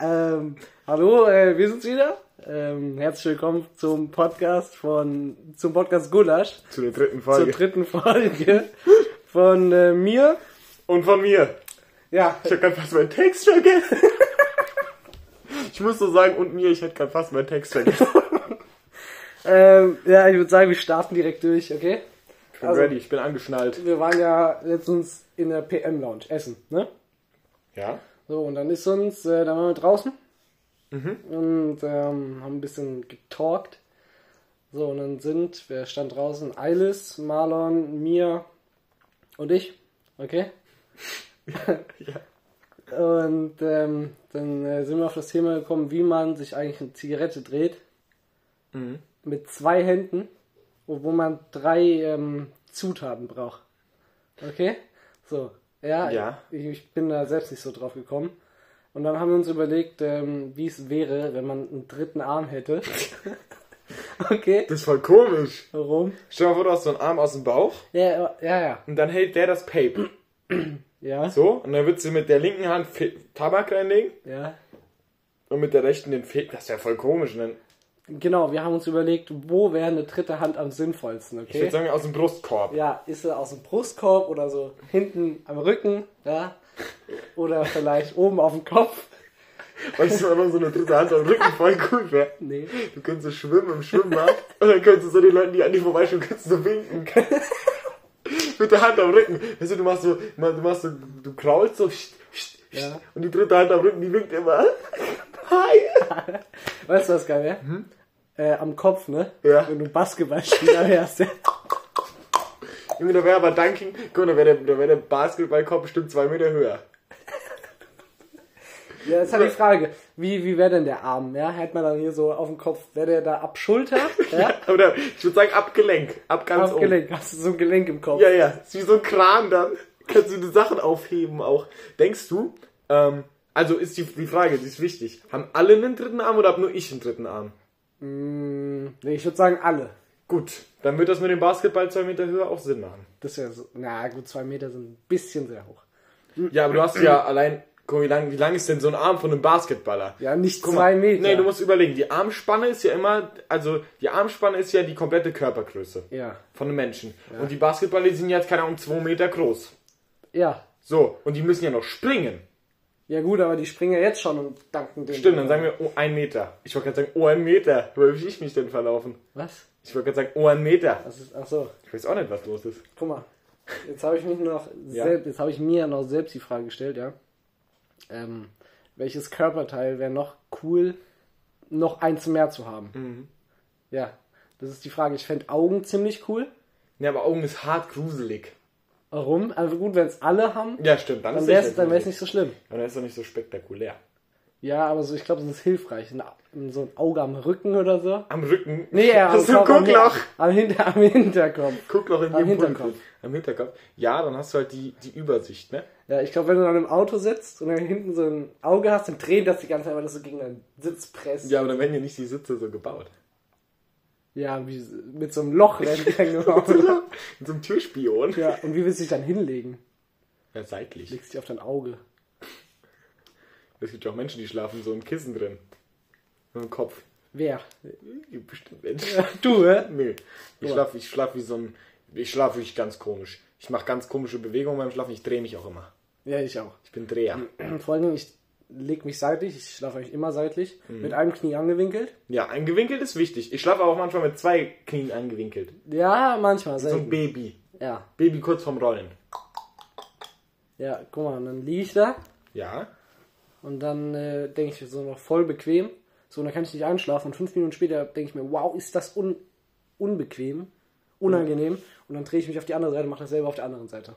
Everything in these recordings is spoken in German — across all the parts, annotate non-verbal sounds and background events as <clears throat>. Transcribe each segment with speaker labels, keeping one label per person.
Speaker 1: ähm, hallo, äh, wir sind's wieder. Ähm, herzlich willkommen zum Podcast von zum Podcast Gulasch
Speaker 2: Zu der dritten
Speaker 1: zur
Speaker 2: Folge.
Speaker 1: dritten Folge von äh, mir.
Speaker 2: Und von mir.
Speaker 1: Ja,
Speaker 2: Ich hab grad fast meinen Text vergessen. <laughs> ich muss so sagen, und mir, ich hätte grad fast meinen Text vergessen.
Speaker 1: ähm, ja, ich würde sagen, wir starten direkt durch, okay?
Speaker 2: Ich bin
Speaker 1: Also-
Speaker 2: ready, ich bin angeschnallt.
Speaker 1: Wir waren ja letztens in der PM Lounge Essen, ne?
Speaker 2: Ja?
Speaker 1: So, und dann ist uns, äh, da waren wir draußen und ähm, haben ein bisschen getalkt. So, und dann sind, wer stand draußen? Eilis, Marlon, mir und ich. Okay? Und ähm, dann äh, sind wir auf das Thema gekommen, wie man sich eigentlich eine Zigarette dreht. Mit zwei Händen, obwohl man drei ähm, Zutaten braucht. Okay? So. Ja,
Speaker 2: Ja.
Speaker 1: Ich, ich bin da selbst nicht so drauf gekommen. Und dann haben wir uns überlegt, ähm, wie es wäre, wenn man einen dritten Arm hätte. <laughs> okay.
Speaker 2: Das ist voll komisch.
Speaker 1: Warum?
Speaker 2: Stell dir mal vor, du hast so einen Arm aus dem Bauch
Speaker 1: Ja, ja, ja.
Speaker 2: und dann hält der das Paper.
Speaker 1: Ja.
Speaker 2: So, und dann würdest du mit der linken Hand Fe Tabak reinlegen
Speaker 1: ja.
Speaker 2: und mit der rechten den Fe Das ist ja voll komisch. ne? Und dann,
Speaker 1: Genau, wir haben uns überlegt, wo wäre eine dritte Hand am sinnvollsten,
Speaker 2: Ich würde
Speaker 1: okay?
Speaker 2: sagen, aus dem Brustkorb.
Speaker 1: Ja, ist er aus dem Brustkorb oder so hinten am Rücken, ja? Oder vielleicht oben auf dem Kopf.
Speaker 2: Weißt du, wenn man so eine dritte Hand am Rücken voll cool wäre.
Speaker 1: Nee.
Speaker 2: Du könntest so schwimmen im Schwimmbad und dann könntest du so den Leuten, die an dir vorbeischauen, könntest du
Speaker 1: <laughs>
Speaker 2: so winken. Mit der Hand am Rücken. Weißt du, du machst so, ma- du machst so, du kraulst so scht, scht,
Speaker 1: Ja.
Speaker 2: scht, und die dritte Hand am Rücken, die winkt immer. Hi!
Speaker 1: Weißt du, was geil wäre? Äh, am Kopf, ne?
Speaker 2: Mhm. Ja.
Speaker 1: Wenn du Basketballspieler wärst. ja.
Speaker 2: Junge, da wäre aber Dunking, guck mal, da wäre der, da wär der Basketballkorb bestimmt zwei Meter höher.
Speaker 1: ja, jetzt habe ich die Frage, wie, wie wäre denn der Arm, ja? Hätte man dann hier so auf dem Kopf, wäre der da ab Schulter, ja?
Speaker 2: Aber da, ich würde sagen, ab Gelenk. Ab ganz
Speaker 1: Auf
Speaker 2: oben.
Speaker 1: Gelenk, hast du so ein Gelenk im Kopf.
Speaker 2: um. Ja, ja, ist wie so ein Kran dann. Kannst du die Sachen aufheben auch. Denkst du, ähm, also ist die, die Frage, die ist wichtig. Haben alle einen dritten Arm oder habe nur ich einen dritten Arm?
Speaker 1: Hm, nee, ich würde sagen alle.
Speaker 2: Gut, dann wird das mit dem Basketball zwei Meter höher auch Sinn machen.
Speaker 1: Das wäre so, na gut, zwei Meter sind ein bisschen sehr hoch.
Speaker 2: Ja, aber du hast
Speaker 1: <clears throat>
Speaker 2: ja allein, guck, mal, wie lang, wie lang ist denn so ein Arm von einem Basketballer?
Speaker 1: Ja, nicht
Speaker 2: Guck
Speaker 1: zwei
Speaker 2: mal,
Speaker 1: Meter.
Speaker 2: Nee, du musst überlegen, die Armspanne ist ja immer, also die Armspanne ist ja die komplette Körpergröße
Speaker 1: Ja.
Speaker 2: von einem Menschen. Und die Basketballer die sind jetzt, keine Ahnung, zwei Meter groß.
Speaker 1: Ja.
Speaker 2: So, und die müssen ja noch springen.
Speaker 1: Ja gut, aber die springen ja jetzt schon und danken dem.
Speaker 2: Stimmt, dann sagen wir, oh, ein Meter. Ich wollte gerade sagen, oh, ein Meter. Wo habe ich mich denn verlaufen?
Speaker 1: Was?
Speaker 2: Ich wollte gerade sagen, oh, ein Meter.
Speaker 1: Das ist, ach so,
Speaker 2: Ich weiß auch nicht, was los ist.
Speaker 1: guck mal. Jetzt habe ich mich noch selbst, jetzt habe ich mir noch selbst die Frage gestellt, ja. Ähm, welches Körperteil wäre noch cool, noch eins mehr zu haben?
Speaker 2: Mhm.
Speaker 1: Ja, das ist die Frage. Ich fände Augen ziemlich cool.
Speaker 2: Ja, aber Augen ist hart gruselig.
Speaker 1: Warum? Also gut, wenn es alle haben,
Speaker 2: Ja, stimmt.
Speaker 1: dann
Speaker 2: ist
Speaker 1: wäre es
Speaker 2: echt
Speaker 1: dann wär's
Speaker 2: gruselig.
Speaker 1: nicht so schlimm.
Speaker 2: Aber dann ist doch nicht so spektakulär.
Speaker 1: Ja, aber so, ich glaube, das ist hilfreich. Ein, Au- so ein Auge am Rücken oder so.
Speaker 2: Am Rücken.
Speaker 1: Nee, ja,
Speaker 2: hast du
Speaker 1: am
Speaker 2: ein
Speaker 1: Kopf, am-
Speaker 2: Guckloch.
Speaker 1: Am, Hinter, am Hinterkopf.
Speaker 2: Guckloch in
Speaker 1: Am
Speaker 2: jedem Pulk.
Speaker 1: Hinterkopf.
Speaker 2: Am Hinterkopf. Ja, dann hast du halt die, die Übersicht, ne?
Speaker 1: Ja, ich glaube, wenn du dann im Auto sitzt und dann hinten so ein Auge hast, dann dreht das die ganze Zeit, weil das so gegen deinen Sitz presst.
Speaker 2: Ja, aber dann werden ja nicht die Sitze
Speaker 1: <laughs>
Speaker 2: so gebaut.
Speaker 1: Ja, wie mit so einem Loch rennt die dann
Speaker 2: <laughs>
Speaker 1: im Auto.
Speaker 2: Mit so einem Türspion. Ja,
Speaker 1: Ja, und wie willst du dich dann hinlegen?
Speaker 2: seitlich.
Speaker 1: Legst dich auf dein Auge.
Speaker 2: Es gibt ja auch Menschen, die schlafen so im Kissen drin. Im Kopf.
Speaker 1: Wer?
Speaker 2: Gibt bestimmt Menschen.
Speaker 1: <laughs> Du, hä?
Speaker 2: Nö. Ich schlaf, ich schlaf wie so ein. Ich schlaf wirklich ganz komisch. Ich mache ganz komische Bewegungen beim Schlafen. Ich drehe mich auch immer.
Speaker 1: Ja, ich auch. <clears throat>
Speaker 2: Ich bin Dreher.
Speaker 1: Hm. Vor allen Dingen, ich leg mich seitlich, ich schlafe eigentlich immer seitlich,
Speaker 2: Mhm.
Speaker 1: mit einem Knie angewinkelt.
Speaker 2: Ja, eingewinkelt ist wichtig. Ich schlafe auch manchmal mit zwei Knien eingewinkelt.
Speaker 1: Ja, manchmal
Speaker 2: So ein
Speaker 1: selten.
Speaker 2: Baby.
Speaker 1: Ja,
Speaker 2: Baby kurz vorm Rollen.
Speaker 1: ja, guck mal, und dann liege ich da
Speaker 2: Ja.
Speaker 1: und dann äh, denke ich so noch voll bequem. So, und dann kann ich nicht einschlafen und fünf Minuten später denke ich mir, wow, ist das un unbequem, unangenehm. Und dann drehe ich mich auf die andere Seite und mache dasselbe auf der anderen Seite.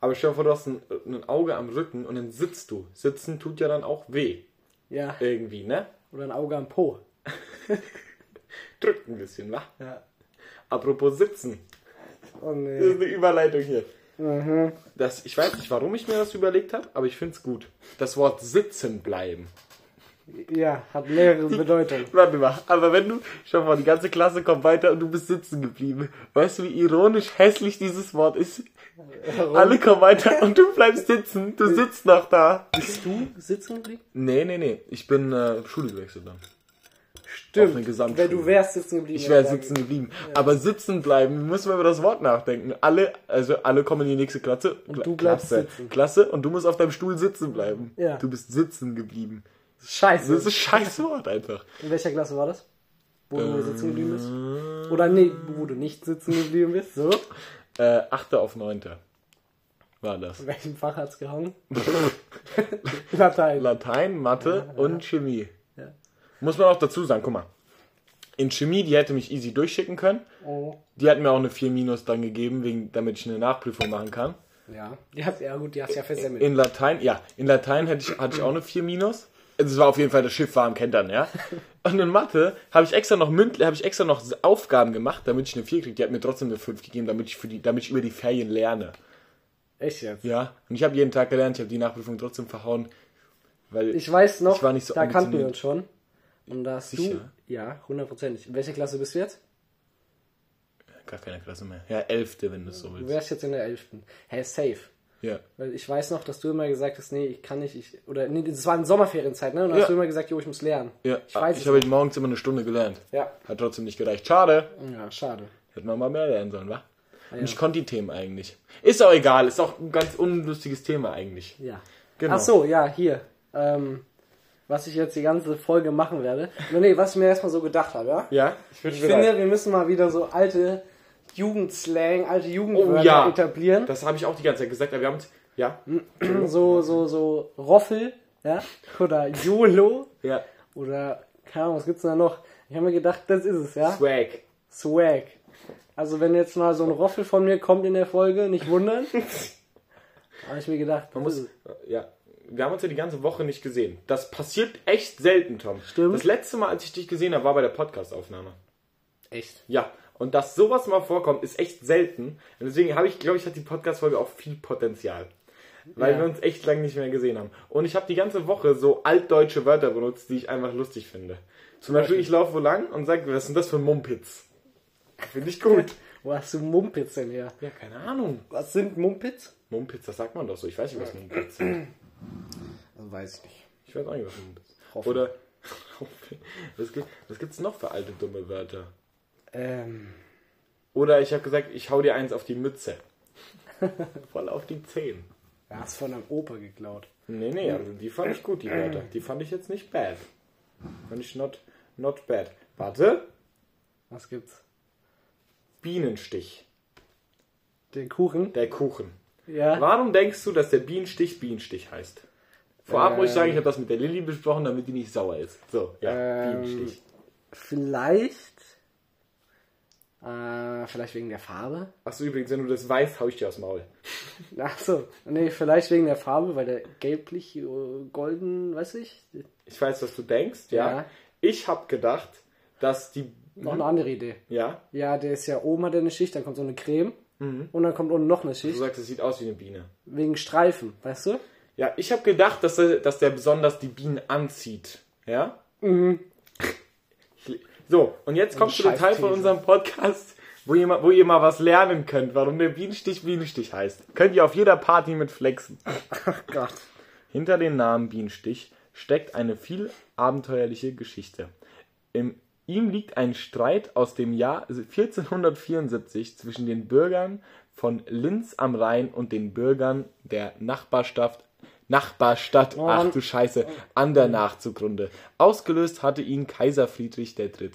Speaker 2: Aber stell dir vor, du hast ein, ein Auge am Rücken und dann sitzt du. Sitzen tut ja dann auch weh.
Speaker 1: Ja,
Speaker 2: Irgendwie, ne?
Speaker 1: oder ein Auge am Po.
Speaker 2: Drückt ein bisschen, wa?
Speaker 1: Ja.
Speaker 2: Apropos Sitzen.
Speaker 1: Oh
Speaker 2: Das
Speaker 1: nee.
Speaker 2: ist eine Überleitung hier.
Speaker 1: Mhm.
Speaker 2: Das, ich weiß nicht, warum ich mir das überlegt habe, aber ich finde es gut. Das Wort sitzen bleiben.
Speaker 1: Ja, hat
Speaker 2: <laughs>
Speaker 1: mehrere Bedeutungen.
Speaker 2: Warte mal, aber wenn du, schau mal, die ganze Klasse kommt weiter und du bist sitzen geblieben. Weißt du, wie ironisch hässlich dieses Wort ist? Alle kommen weiter und du bleibst sitzen. Du sitzt noch da.
Speaker 1: Bist du sitzen geblieben?
Speaker 2: Nee, nee, nee. Ich bin äh, Schule gewechselt dann. Auf eine
Speaker 1: Stimmt.
Speaker 2: Gesamtschule.
Speaker 1: Wenn du wärst sitzen geblieben.
Speaker 2: Ich wäre
Speaker 1: dann-
Speaker 2: sitzen geblieben. Aber sitzen bleiben, müssen wir über das Wort nachdenken. Alle, also alle kommen in die nächste Klasse. Und
Speaker 1: du bleibst
Speaker 2: Klasse,
Speaker 1: sitzen.
Speaker 2: Klasse und du musst auf deinem Stuhl sitzen bleiben.
Speaker 1: Ja.
Speaker 2: Du bist sitzen geblieben.
Speaker 1: Scheiße.
Speaker 2: Das ist ein scheiß Wort einfach.
Speaker 1: In welcher Klasse war das? Wo du sitzen geblieben bist? Oder nee, wo du nicht sitzen geblieben bist. So.
Speaker 2: Äh, Achter auf Neunter war
Speaker 1: <laughs>
Speaker 2: das.
Speaker 1: In welchem Fach hat's gehangen? Latein.
Speaker 2: Latein, Mathe und Chemie.
Speaker 1: Ja.
Speaker 2: Muss man auch dazu sagen, guck mal. In Chemie, die hätte mich easy durchschicken können.
Speaker 1: Oh.
Speaker 2: Die hat mir auch eine 4 Minus dann gegeben, wegen, damit ich eine Nachprüfung machen kann.
Speaker 1: Ja. Die hast, ja gut, die hast ja versemmelt.
Speaker 2: In Latein, ja, in Latein hätte ich, hatte ich auch eine 4 Minus. Also es war auf jeden Fall, das Schiff war am Kentern, ja. Und in Mathe habe ich extra noch Mündle, habe ich extra noch Aufgaben gemacht, damit ich eine 4 kriege. Die hat mir trotzdem eine 5 gegeben, damit ich, für die, damit ich über die Ferien lerne.
Speaker 1: Echt jetzt?
Speaker 2: Ja. Und ich habe jeden Tag gelernt, ich habe die Nachprüfung trotzdem verhauen. Weil
Speaker 1: Ich weiß noch,
Speaker 2: Ich war nicht so
Speaker 1: da kannten wir
Speaker 2: ambitioniert.
Speaker 1: uns schon. Und da hast
Speaker 2: Sicher?
Speaker 1: du. Ja, hundertprozentig. In welcher Klasse bist du jetzt?
Speaker 2: gar keine Klasse mehr. Ja, Elfte, wenn du es so
Speaker 1: Du
Speaker 2: willst.
Speaker 1: wärst jetzt in der 11. Hey, safe.
Speaker 2: Ja.
Speaker 1: Weil ich weiß noch, dass du immer gesagt hast, nee, ich kann nicht, ich, oder, nee, das war in Sommerferienzeit, ne? Und dann
Speaker 2: Ja.
Speaker 1: hast du immer gesagt, jo, ich muss lernen.
Speaker 2: Ja,
Speaker 1: Ich weiß
Speaker 2: ich
Speaker 1: es
Speaker 2: habe
Speaker 1: noch.
Speaker 2: heute morgens immer eine Stunde gelernt.
Speaker 1: Ja.
Speaker 2: Hat trotzdem nicht gereicht. Schade.
Speaker 1: Ja, schade.
Speaker 2: Hätte man mal mehr lernen sollen, wa? Und ich konnte die Themen eigentlich. Ist auch egal, ist auch ein ganz unlustiges Thema eigentlich.
Speaker 1: Ja.
Speaker 2: Genau.
Speaker 1: Ach so, ja, hier. Ähm, was ich jetzt die ganze Folge machen werde. Nur nee, was ich mir erstmal so gedacht habe, ja?
Speaker 2: Ja, bin
Speaker 1: Ich
Speaker 2: bereit.
Speaker 1: finde, wir müssen mal wieder so alte Jugendslang, alte Jugendwörter
Speaker 2: Oh, ja.
Speaker 1: etablieren.
Speaker 2: Das habe ich auch die ganze Zeit gesagt, aber wir haben. Ja.
Speaker 1: Hm. so, so, so Roffel, ja? Oder YOLO.
Speaker 2: Ja.
Speaker 1: Oder, keine Ahnung, was gibt's denn da noch? Ich habe mir gedacht, das ist es, ja?
Speaker 2: Swag.
Speaker 1: Swag. Also wenn jetzt mal so ein Roffel von mir kommt in der Folge, nicht <laughs> wundern. habe ich mir gedacht,
Speaker 2: Man muss. Ja. Wir haben uns ja die ganze Woche nicht gesehen. Das passiert echt selten, Tom.
Speaker 1: Stimmt.
Speaker 2: Das letzte Mal, als ich dich gesehen habe, war bei der Podcast-Aufnahme.
Speaker 1: echt.
Speaker 2: Ja. Und dass sowas mal vorkommt, ist echt selten. Und deswegen habe ich, glaube ich, hat die Podcast-Folge auch viel Potenzial. Weil
Speaker 1: Ja.
Speaker 2: wir uns echt lange nicht mehr gesehen haben. Und ich habe die ganze Woche so altdeutsche Wörter benutzt, die ich einfach lustig finde. Zum Beispiel, ich laufe wo lang und sage, was sind das für Mumpitz? Finde ich gut.
Speaker 1: Wo hast du Mumpitz denn her?
Speaker 2: ja, keine Ahnung.
Speaker 1: Was sind Mumpitz?
Speaker 2: Mumpitz, das sagt man doch so. Ich weiß nicht, was Mumpitz ist.
Speaker 1: Weiß ich nicht.
Speaker 2: Ich weiß auch nicht, was Mumpitz ist.
Speaker 1: Hoffen.
Speaker 2: Oder. <laughs> Was gibt was gibt's noch für alte, dumme Wörter?
Speaker 1: Ähm,
Speaker 2: Oder ich habe gesagt, ich hau dir eins auf die <laughs> Mütze. Voll auf die Zehen.
Speaker 1: du hast von einem Opa geklaut.
Speaker 2: Nee, nee, also die fand ich gut, die Wörter. Die fand ich jetzt nicht bad. Fand ich not, not bad. Warte.
Speaker 1: Was gibt's?
Speaker 2: Bienenstich.
Speaker 1: Den Kuchen?
Speaker 2: Der Kuchen.
Speaker 1: Ja.
Speaker 2: Warum denkst du, dass der Bienenstich Bienenstich heißt? Vorab muss ich sagen, ich habe das mit der Lilly besprochen, damit die nicht sauer ist. So, ja,
Speaker 1: Ähm,
Speaker 2: Bienenstich.
Speaker 1: Vielleicht. Äh, vielleicht wegen der Farbe?
Speaker 2: Achso, übrigens, wenn du das weißt, hau ich dir aufs Maul.
Speaker 1: Ach so. Nee, vielleicht wegen der Farbe, weil der gelblich, äh, golden, weiß ich.
Speaker 2: Ich weiß, was du denkst, ja.
Speaker 1: Ja.
Speaker 2: Ich habe gedacht, dass die.
Speaker 1: Noch eine andere Idee.
Speaker 2: Ja,
Speaker 1: Ja, der ist ja oben hat er eine Schicht, dann kommt so eine Creme und dann kommt unten noch eine
Speaker 2: du
Speaker 1: Schicht.
Speaker 2: sagst, es sieht aus wie eine Biene.
Speaker 1: Wegen Streifen, weißt du?
Speaker 2: Ja, ich habe gedacht, dass der, dass der besonders die Bienen anzieht. Ja? Mhm. So, und jetzt kommt zu dem Teil von
Speaker 1: Scheißthese.
Speaker 2: unserem Podcast, wo ihr, mal, wo ihr mal was lernen könnt, warum der Bienenstich Bienenstich heißt. Könnt ihr auf jeder Party mit flexen.
Speaker 1: Gott.
Speaker 2: Hinter dem Namen Bienenstich steckt eine viel abenteuerliche Geschichte. Im, ihm liegt ein Streit aus dem Jahr 1474 zwischen den Bürgern von Linz am Rhein und den Bürgern der Nachbarstadt, Nachbarstadt, ach du Scheiße, Andernach zugrunde. Ausgelöst hatte ihn Kaiser Friedrich III.,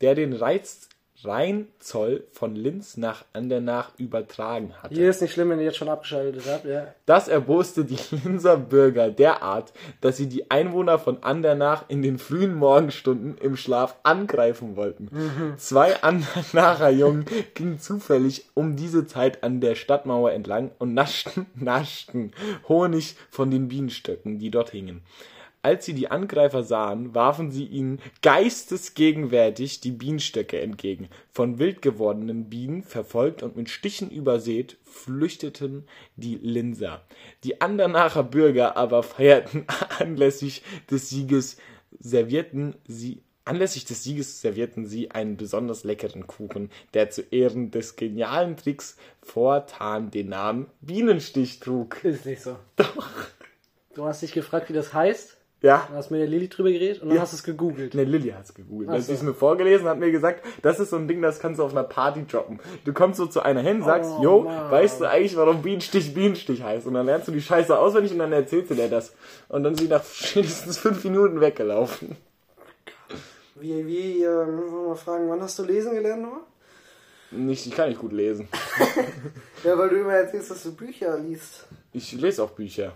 Speaker 2: der den Reiz, Rheinzoll von Linz nach Andernach übertragen hatte.
Speaker 1: Hier ist nicht schlimm, wenn ihr jetzt schon abgeschaltet habt, ja.
Speaker 2: Das erboste die Linzer Bürger derart, dass sie die Einwohner von Andernach in den frühen Morgenstunden im Schlaf angreifen wollten. Zwei Andernacher Jungen gingen zufällig um diese Zeit an der Stadtmauer entlang und naschten, naschten Honig von den Bienenstöcken, die dort hingen. Als sie die Angreifer sahen, warfen sie ihnen geistesgegenwärtig die Bienenstöcke entgegen. Von wild gewordenen Bienen verfolgt und mit Stichen übersät, flüchteten die <laughs> Linser. Die Andernacher Bürger aber feierten anlässlich des Sieges servierten sie, anlässlich des Sieges servierten sie einen besonders leckeren Kuchen, der zu Ehren des genialen Tricks fortan den Namen Bienenstich trug.
Speaker 1: Ist nicht so. Doch. Du hast dich gefragt, wie das heißt.
Speaker 2: Ja.
Speaker 1: Dann hast mit der Lilly drüber geredet und dann hast du es gegoogelt.
Speaker 2: Ne, Lilly hat's gegoogelt.
Speaker 1: Ach
Speaker 2: Also,
Speaker 1: so.
Speaker 2: sie ist mir vorgelesen, hat mir gesagt, das ist so ein Ding, das kannst du auf einer Party droppen. Du kommst so zu einer hin, sagst,
Speaker 1: Oh,
Speaker 2: jo,
Speaker 1: Mann.
Speaker 2: weißt du eigentlich, warum Bienenstich Bienenstich heißt? Und dann lernst du die Scheiße auswendig und dann erzählst du dir das. Und dann ist sie nach spätestens fünf Minuten weggelaufen.
Speaker 1: Wie, wie, äh, müssen wir mal fragen, wann hast du lesen gelernt nochmal?
Speaker 2: Nicht, ich kann nicht gut lesen.
Speaker 1: Ja, weil du immer erzählst, dass du Bücher liest.
Speaker 2: Ich lese auch Bücher.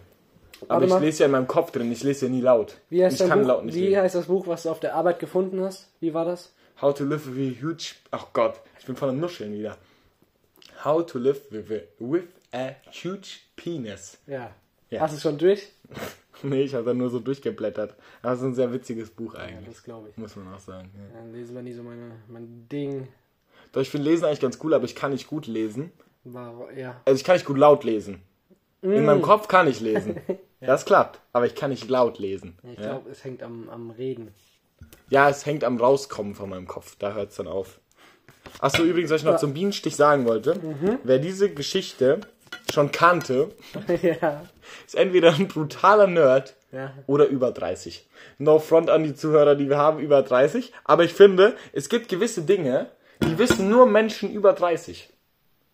Speaker 2: Aber
Speaker 1: Warte
Speaker 2: ich
Speaker 1: mal.
Speaker 2: lese ja in meinem Kopf drin, ich lese ja nie laut.
Speaker 1: Wie heißt,
Speaker 2: ich
Speaker 1: dein
Speaker 2: kann
Speaker 1: Buch,
Speaker 2: laut nicht
Speaker 1: wie
Speaker 2: lesen.
Speaker 1: heißt das Buch, was du auf der Arbeit gefunden hast? Wie war das?
Speaker 2: How to live with a huge... Ach Gott, ich bin voller Nuscheln wieder. How to live with a, with a huge penis.
Speaker 1: Ja.
Speaker 2: Ja.
Speaker 1: Hast du es schon durch?
Speaker 2: Nee, ich habe da nur so durchgeblättert. Aber es ist ein sehr witziges Buch
Speaker 1: Ja,
Speaker 2: eigentlich.
Speaker 1: das glaube ich.
Speaker 2: Muss man auch sagen. Ja.
Speaker 1: Dann lesen wir nie so meine, mein Ding.
Speaker 2: Doch, ich finde Lesen eigentlich ganz cool, aber ich kann nicht gut lesen.
Speaker 1: War, ja.
Speaker 2: Also ich kann nicht gut laut lesen. In
Speaker 1: Mm.
Speaker 2: meinem Kopf kann
Speaker 1: <laughs>
Speaker 2: ich lesen. Das klappt. Aber ich kann nicht laut lesen.
Speaker 1: Ich
Speaker 2: ja?
Speaker 1: glaube, es hängt am, am Reden.
Speaker 2: ja, es hängt am Rauskommen von meinem Kopf. Da hört es dann auf. Achso, übrigens, was ich noch zum Bienenstich sagen wollte.
Speaker 1: Mhm.
Speaker 2: Wer diese Geschichte schon kannte,
Speaker 1: <laughs> ja.
Speaker 2: ist entweder ein brutaler Nerd
Speaker 1: Ja.
Speaker 2: oder über 30. No front an die Zuhörer, die wir haben, über 30. Aber ich finde, es gibt gewisse Dinge, die wissen nur Menschen über 30.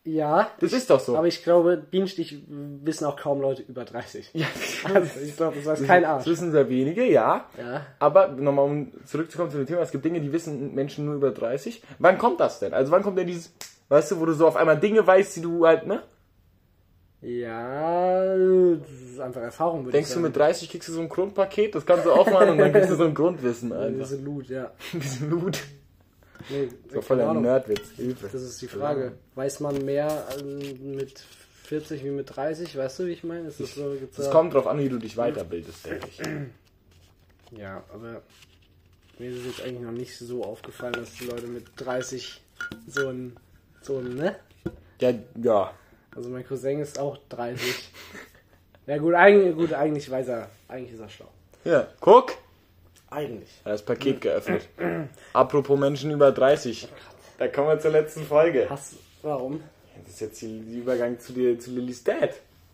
Speaker 1: Ja.
Speaker 2: Das ist doch so.
Speaker 1: Aber ich glaube, Bienenstich wissen auch kaum Leute über 30. <laughs>
Speaker 2: ja,
Speaker 1: Also ich glaube, das weiß kein
Speaker 2: Das
Speaker 1: Arsch.
Speaker 2: wissen sehr wenige, ja.
Speaker 1: Ja.
Speaker 2: Aber nochmal, um zurückzukommen zu dem Thema, es gibt Dinge, die wissen Menschen nur über 30. Wann kommt das denn? Also wann kommt denn dieses, weißt du, wo du so auf einmal Dinge weißt, die du halt, ne?
Speaker 1: Ja, das ist einfach Erfahrung, würde
Speaker 2: Denkst
Speaker 1: ich
Speaker 2: du,
Speaker 1: sagen.
Speaker 2: mit 30 kriegst du so ein Grundpaket, das kannst du aufmachen und dann kriegst du so ein Grundwissen <laughs> einfach.
Speaker 1: Diese Loot, ja.
Speaker 2: Ein bisschen Loot.
Speaker 1: Nee,
Speaker 2: So voll
Speaker 1: keine
Speaker 2: der
Speaker 1: Ahnung.
Speaker 2: Nerdwitz. Hilfe.
Speaker 1: Das ist die Frage. Weiß man mehr ähm, mit 40 wie mit 30? Weißt du, wie ich meine? Es ist so gibt's
Speaker 2: Es
Speaker 1: da-
Speaker 2: kommt drauf an, wie du dich weiterbildest,
Speaker 1: <clears throat>
Speaker 2: denke ich.
Speaker 1: Ja, aber mir ist es jetzt eigentlich noch nicht so aufgefallen, dass die Leute mit 30 so ein, so ein, ne?
Speaker 2: Ja, ja.
Speaker 1: Also mein Cousin ist auch
Speaker 2: <laughs>
Speaker 1: 30. ja gut, eigentlich, gut, eigentlich weiß er, eigentlich ist er schlau.
Speaker 2: Ja, guck.
Speaker 1: Eigentlich.
Speaker 2: Er hat das
Speaker 1: <clears throat>
Speaker 2: Paket geöffnet. Apropos Menschen über 30. Da kommen wir zur letzten Folge.
Speaker 1: Was? Warum?
Speaker 2: Das ist jetzt die- der Übergang zu, dir, zu Lillys Dad.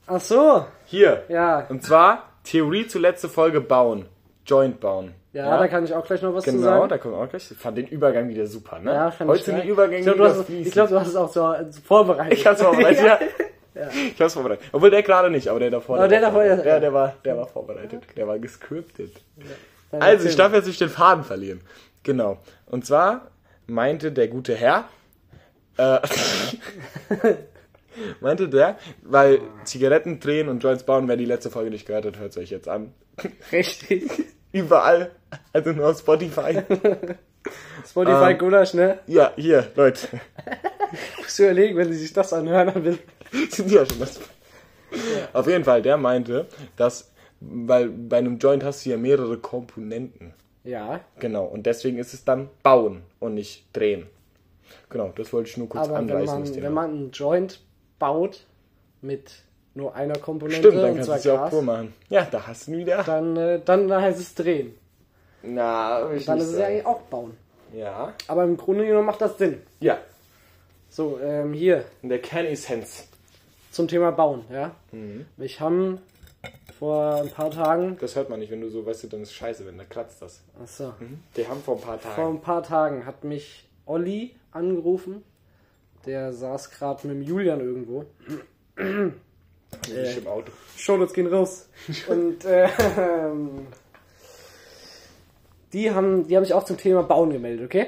Speaker 1: Ach so,
Speaker 2: Hier.
Speaker 1: ja.
Speaker 2: Und zwar Theorie zur letzten Folge bauen. Joint bauen.
Speaker 1: Ja, da kann ich auch gleich noch was zu
Speaker 2: Genau,
Speaker 1: sagen.
Speaker 2: da kommen wir auch gleich. Ich fand den Übergang wieder super, ne?
Speaker 1: Ja, fand
Speaker 2: Heute
Speaker 1: ich
Speaker 2: sind
Speaker 1: geil.
Speaker 2: die Übergänge
Speaker 1: Ich glaube, du, hast es-
Speaker 2: überfließen.
Speaker 1: ich glaub, du hast es auch so vorbereitet.
Speaker 2: <laughs> Ich hab's
Speaker 1: <laughs>
Speaker 2: vorbereitet, ja. Ich hab's vorbereitet. Obwohl der gerade nicht, aber der davor.
Speaker 1: Aber der
Speaker 2: war
Speaker 1: davor,
Speaker 2: vorbereitet.
Speaker 1: ja.
Speaker 2: Ja, der war, der war vorbereitet. Der war gescriptet.
Speaker 1: Dann
Speaker 2: Also, ich
Speaker 1: erzähl
Speaker 2: darf jetzt nicht den Faden verlieren. Genau. Und zwar meinte der gute Herr, äh, <laughs> meinte der, weil Zigaretten drehen und Joints bauen, wer die letzte Folge nicht gehört hat, hört es euch jetzt an.
Speaker 1: mal. Richtig.
Speaker 2: Überall. Also nur auf Spotify.
Speaker 1: Spotify
Speaker 2: Ähm.
Speaker 1: Gulasch, ne?
Speaker 2: Ja, hier, Leute. <laughs>
Speaker 1: Musst du überlegen, wenn sie sich das anhören, dann will.
Speaker 2: sind ja schon das. Auf jeden Fall, der meinte, dass weil bei einem Joint hast du ja mehrere Komponenten.
Speaker 1: Ja,
Speaker 2: Genau. Und deswegen ist es dann bauen und nicht drehen. Genau, das wollte ich nur kurz
Speaker 1: aber wenn
Speaker 2: anreißen.
Speaker 1: man,
Speaker 2: das Thema.
Speaker 1: wenn man einen Joint baut mit nur einer Komponente
Speaker 2: Stimmt, dann
Speaker 1: und
Speaker 2: kannst du
Speaker 1: zwar
Speaker 2: es ja auch
Speaker 1: Gras,
Speaker 2: pur machen. Ja, da hast du ihn wieder.
Speaker 1: dann, äh, dann, dann heißt es drehen.
Speaker 2: Na, ich
Speaker 1: Dann ist es ja eh- eigentlich auch bauen.
Speaker 2: Ja.
Speaker 1: Aber im Grunde genommen macht das Sinn.
Speaker 2: Ja,
Speaker 1: So, ähm, hier
Speaker 2: in der Kernessenz.
Speaker 1: zum Thema Bauen, ja.
Speaker 2: Mhm.
Speaker 1: Ich habe vor ein paar Tagen,
Speaker 2: Das hört man nicht, wenn du so, weißt du, dann ist scheiße, wenn da kratzt das.
Speaker 1: achso,
Speaker 2: Die haben vor ein paar
Speaker 1: Vor
Speaker 2: Tagen.
Speaker 1: ein paar Tagen hat mich Olli angerufen. Der saß gerade mit dem Julian irgendwo.
Speaker 2: Nicht im Auto.
Speaker 1: Shoutout gehen
Speaker 2: <laughs>
Speaker 1: raus. Und äh, ähm, die haben, die haben sich auch zum Thema Bauen gemeldet, okay?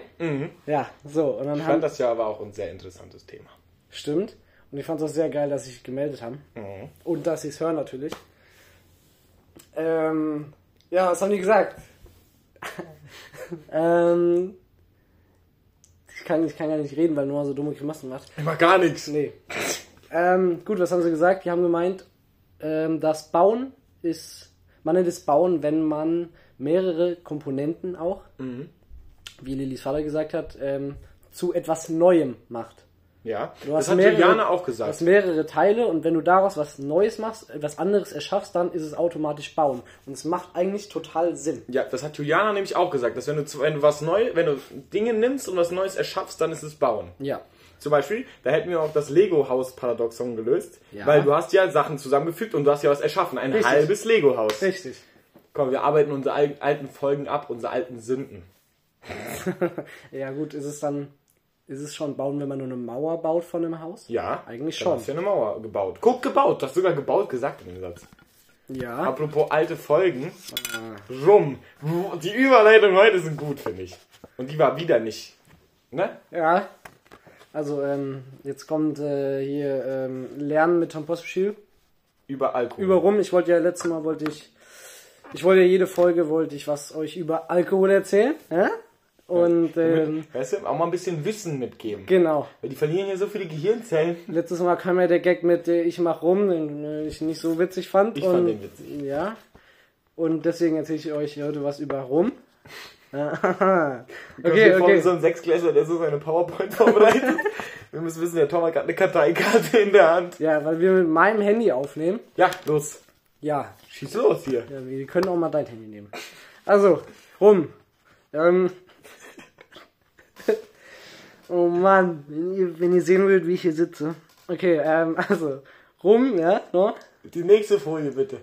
Speaker 1: Ja, so. Und dann
Speaker 2: Mhm. Ich
Speaker 1: haben,
Speaker 2: fand das ja aber auch ein sehr interessantes Thema.
Speaker 1: Stimmt. Und ich fand es auch sehr geil, dass sie sich gemeldet haben.
Speaker 2: Mhm.
Speaker 1: Und dass sie es hören natürlich. Ähm, ja, was haben die
Speaker 2: <laughs>
Speaker 1: gesagt? ähm, ich, kann, ich kann ja nicht reden, weil Noah so dumme Grimassen macht.
Speaker 2: Ich mach gar nichts.
Speaker 1: Nee. ähm, gut, was haben sie gesagt? Die haben gemeint, ähm, das Bauen ist, man nennt es Bauen, wenn man mehrere Komponenten
Speaker 2: Mhm.
Speaker 1: auch, wie Lillys Vater gesagt hat, ähm, zu etwas Neuem macht.
Speaker 2: Ja,
Speaker 1: Du
Speaker 2: das
Speaker 1: hast
Speaker 2: hat
Speaker 1: mehrere-
Speaker 2: Juliane auch
Speaker 1: Du
Speaker 2: gesagt.
Speaker 1: hast mehrere Teile und wenn du daraus was Neues machst, äh, was anderes erschaffst, dann ist es automatisch Baum. Und es macht eigentlich total Sinn.
Speaker 2: Ja, das hat Juliana nämlich auch gesagt, dass wenn du, zu- wenn du was neu, wenn du Dinge nimmst und was Neues erschaffst, dann ist es Bauen.
Speaker 1: Ja.
Speaker 2: Zum Beispiel, da hätten wir auch das Lego-Haus-Paradoxon gelöst,
Speaker 1: Ja.
Speaker 2: weil du hast ja Sachen zusammengefügt und du hast ja was erschaffen, ein
Speaker 1: Richtig.
Speaker 2: halbes Lego-Haus.
Speaker 1: Richtig.
Speaker 2: Komm, wir arbeiten unsere al- alten Folgen ab, unsere alten Sünden.
Speaker 1: Ja gut, ist es dann, ist es schon Bauen, wenn man nur eine Mauer baut von einem Haus?
Speaker 2: Ja,
Speaker 1: Eigentlich
Speaker 2: Du
Speaker 1: schon.
Speaker 2: hast ja eine Mauer gebaut. Guck, gebaut, du hast sogar gebaut gesagt in dem Satz.
Speaker 1: Ja.
Speaker 2: Apropos alte Folgen, rum. Die Überleitung heute sind gut, finde ich. Und die war wieder nicht. Ne?
Speaker 1: Ja. Also ähm, jetzt kommt äh, hier ähm, Lernen mit Tom Postbüchel.
Speaker 2: Über Alkohol.
Speaker 1: Über rum, ich wollte ja letztes Mal wollte ich, ich wollte ja jede Folge wollte ich was euch über Alkohol erzählen. Ja? Und ähm,
Speaker 2: weißt du, auch mal ein bisschen Wissen mitgeben.
Speaker 1: genau.
Speaker 2: Weil die verlieren hier so viele Gehirnzellen.
Speaker 1: Letztes Mal kam ja der Gag mit äh, Ich mach rum, den äh, ich nicht so witzig fand.
Speaker 2: Ich
Speaker 1: und,
Speaker 2: fand den witzig.
Speaker 1: Ja. Und deswegen erzähle ich euch heute was über rum. <laughs> Ja, okay,
Speaker 2: wir Vor so
Speaker 1: okay.
Speaker 2: einem Sechsklässler, der so seine PowerPoint <laughs> vorbereitet. wir müssen wissen, der Tom hat gerade eine Karteikarte in der Hand.
Speaker 1: Ja, weil wir mit meinem Handy aufnehmen.
Speaker 2: Ja, los.
Speaker 1: Ja,
Speaker 2: Schieß los hier.
Speaker 1: ja, wir können auch mal dein Handy nehmen. Also, rum. Ähm. <laughs> Oh Mann, wenn ihr, wenn ihr sehen würdet, wie ich hier sitze. Okay, ähm, <laughs> also, rum, ja, no?
Speaker 2: Die nächste Folie bitte.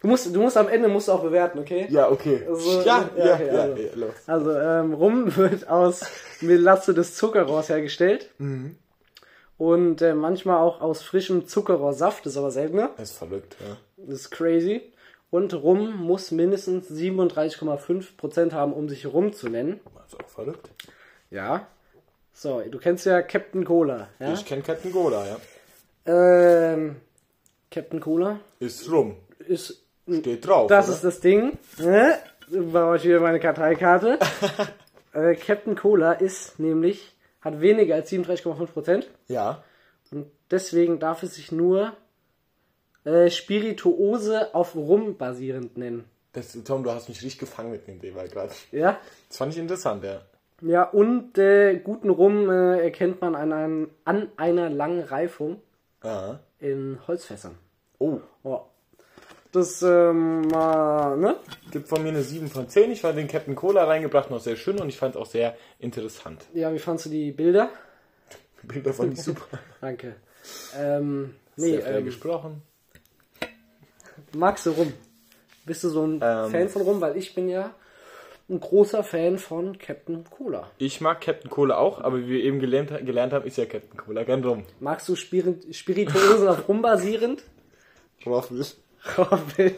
Speaker 1: Du musst, du musst am Ende musst du auch bewerten, okay?
Speaker 2: Ja, okay.
Speaker 1: Also,
Speaker 2: ja, ja, ja,
Speaker 1: okay,
Speaker 2: ja,
Speaker 1: also.
Speaker 2: los.
Speaker 1: Also ähm, Rum <laughs> wird aus Melasse des Zuckerrohrs hergestellt. Und äh, manchmal auch aus frischem Zuckerrohrsaft, ist aber seltener.
Speaker 2: Das ist verrückt, ja.
Speaker 1: Das ist crazy. Und Rum muss mindestens 37,5% haben, um sich Rum zu nennen.
Speaker 2: Das ist auch verrückt.
Speaker 1: Ja. So, du kennst ja Captain Cola. Ja?
Speaker 2: Ich kenne Captain Cola, ja.
Speaker 1: Ähm, Captain Cola
Speaker 2: Ist rum.
Speaker 1: ist.
Speaker 2: Steht drauf.
Speaker 1: Hm. Das
Speaker 2: oder?
Speaker 1: ist das Ding. Äh, war heute wieder meine Karteikarte. äh, Captain Cola ist nämlich, hat weniger als 37,5%.
Speaker 2: Ja.
Speaker 1: Und deswegen darf es sich nur äh, Spirituose auf Rum basierend nennen.
Speaker 2: Das, Tom, du hast mich richtig gefangen mit dem Thema gerade.
Speaker 1: Ja?
Speaker 2: Das fand ich interessant, ja.
Speaker 1: Ja, und äh, guten Rum äh, erkennt man an, einem, an einer langen Reifung
Speaker 2: Aha.
Speaker 1: in Holzfässern.
Speaker 2: Oh.
Speaker 1: Oh. Das, ähm, äh, ne?
Speaker 2: Gibt von mir eine 7 von 10. Ich fand den Captain Cola reingebracht noch sehr schön und ich fand es auch sehr interessant.
Speaker 1: Ja, wie fandst du die Bilder?
Speaker 2: Bilder fand ich super.
Speaker 1: <laughs> Danke. Ähm, nee,
Speaker 2: Sehr fair
Speaker 1: ähm,
Speaker 2: gesprochen.
Speaker 1: magst du Rum? Bist du so ein
Speaker 2: Ähm.
Speaker 1: Fan von Rum? Weil ich bin ja ein großer Fan von Captain Cola.
Speaker 2: Ich mag Captain Cola auch, aber wie wir eben gelernt, gelernt haben, ist ja Captain Cola gern rum.
Speaker 1: Magst du Spirit Spirituosen auf Rum basierend?
Speaker 2: <laughs> Waffel.
Speaker 1: Robin.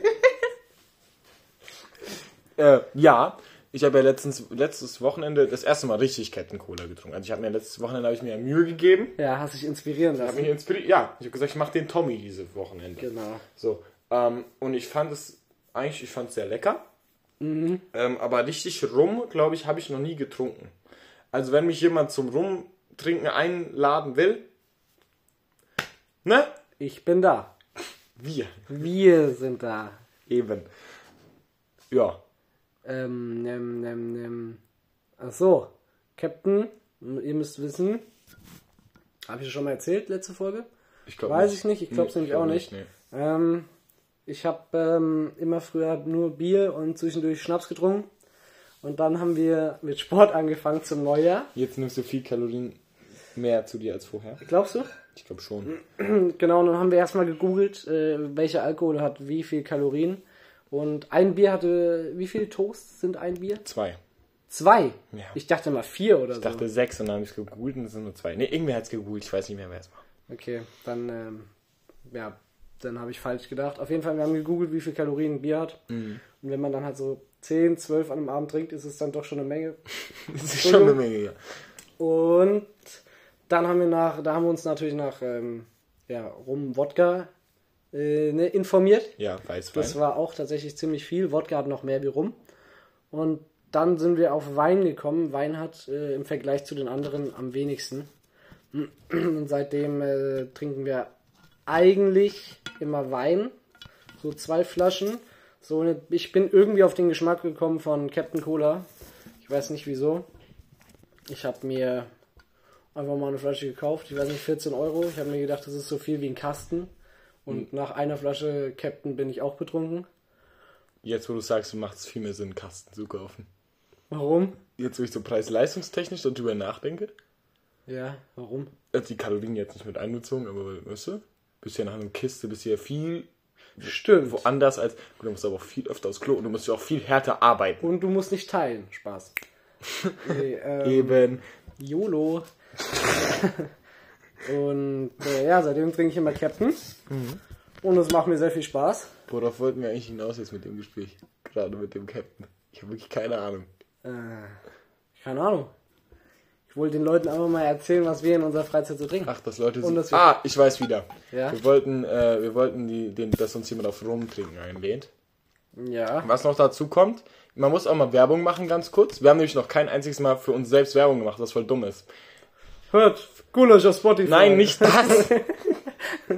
Speaker 2: Äh, ja, ich habe ja letztens, letztes Wochenende das erste Mal richtig Captain Cola getrunken. Also ich habe mir letztes Wochenende habe ich mir ja Mühe gegeben.
Speaker 1: Ja, hast dich inspirieren
Speaker 2: Hab mich
Speaker 1: lassen.
Speaker 2: inspiriert. Ja, ich habe gesagt, ich mache den Tommy dieses Wochenende.
Speaker 1: Genau.
Speaker 2: So, ähm, und ich fand es eigentlich, ich fand es sehr lecker.
Speaker 1: Mhm.
Speaker 2: Ähm, aber richtig Rum, glaube ich, habe ich noch nie getrunken. Also wenn mich jemand zum Rumtrinken einladen will, ne?
Speaker 1: Ich bin da.
Speaker 2: Wir.
Speaker 1: Wir sind da.
Speaker 2: Eben. Ja.
Speaker 1: Ähm, nem, nem, nem. Ach so. Captain, ihr müsst wissen, habe ich schon mal erzählt, letzte Folge?
Speaker 2: Ich glaub
Speaker 1: Weiß ich nicht, ich glaube es
Speaker 2: Nee,
Speaker 1: nämlich
Speaker 2: glaub
Speaker 1: auch nicht.
Speaker 2: nee.
Speaker 1: Ähm, ich habe ähm, immer früher nur Bier und zwischendurch Schnaps getrunken. Und dann haben wir mit Sport angefangen zum Neujahr.
Speaker 2: Jetzt nimmst du viel Kalorien mehr zu dir als vorher.
Speaker 1: Glaubst du?
Speaker 2: Ich glaube schon.
Speaker 1: Genau, und dann haben wir erstmal gegoogelt, äh, welcher Alkohol hat wie viel Kalorien. Und ein Bier hatte, wie viel Toasts sind ein Bier?
Speaker 2: Zwei.
Speaker 1: Zwei.
Speaker 2: Ja.
Speaker 1: Ich dachte mal vier oder
Speaker 2: Ich
Speaker 1: so.
Speaker 2: dachte sechs und dann habe ich gegoogelt und es sind nur zwei. Ne, irgendwer hat es gegoogelt, ich weiß nicht mehr, wer es war. <laughs>
Speaker 1: Okay, dann, ähm, ja, dann habe ich falsch gedacht. Auf jeden Fall, wir haben gegoogelt, wie viel Kalorien ein Bier hat. Und wenn man dann halt so 10, 12 an einem Abend trinkt, ist es dann doch schon eine Menge.
Speaker 2: Das ist schon eine Menge. ja.
Speaker 1: Und dann haben wir nach, da haben wir uns natürlich nach, ähm, ja, Rum Wodka äh, ne, informiert.
Speaker 2: Ja, weiß
Speaker 1: Das war auch tatsächlich ziemlich viel. Wodka hat noch mehr wie rum. Und dann sind wir auf Wein gekommen. Wein hat äh, im Vergleich zu den anderen am wenigsten. Und seitdem äh, trinken wir eigentlich immer Wein. So zwei Flaschen. So eine, ich bin irgendwie auf den Geschmack gekommen von Captain Cola. Ich weiß nicht wieso. Ich habe mir einfach mal eine Flasche gekauft. Ich weiß nicht, 14 Euro. Ich habe mir gedacht, das ist so viel wie ein Kasten. Und nach einer Flasche Captain bin ich auch betrunken.
Speaker 2: Jetzt, wo du sagst, macht es viel mehr Sinn, einen Kasten zu kaufen.
Speaker 1: Warum?
Speaker 2: Jetzt, wo ich so preis-leistungstechnisch darüber nachdenke,
Speaker 1: Ja, warum?
Speaker 2: also die Kalorien jetzt nicht mit einbezogen, aber weißt du, bist ja nach einer Kiste, bist ja viel
Speaker 1: Stimmt.
Speaker 2: woanders als. Gut, du musst aber auch viel öfter aufs Klo und du musst ja auch viel härter arbeiten.
Speaker 1: Und du musst nicht teilen. <laughs> Spaß. nee, ähm,
Speaker 2: Eben.
Speaker 1: YOLO. <laughs> Und äh, ja, seitdem trinke ich immer Captain. Mhm. Und es macht mir sehr viel Spaß.
Speaker 2: Worauf wollten wir eigentlich hinaus jetzt mit dem Gespräch? Gerade mit dem Captain. Ich habe wirklich keine Ahnung.
Speaker 1: Keine Ahnung. Ich wollte den Leuten einfach mal erzählen, was wir in unserer Freizeit so trinken.
Speaker 2: Ach, dass Leute
Speaker 1: Und dass wir-
Speaker 2: Ah, ich weiß wieder.
Speaker 1: Ja?
Speaker 2: Wir wollten, äh, wir wollten die, den, dass uns jemand auf Rumtrinken einlädt.
Speaker 1: Ja.
Speaker 2: Was noch dazu kommt, man muss auch mal Werbung machen, ganz kurz. Wir haben nämlich noch kein einziges Mal für uns selbst Werbung gemacht, was voll dumm ist.
Speaker 1: Hört, Gulasch auf Spotify.
Speaker 2: Nein, nicht das!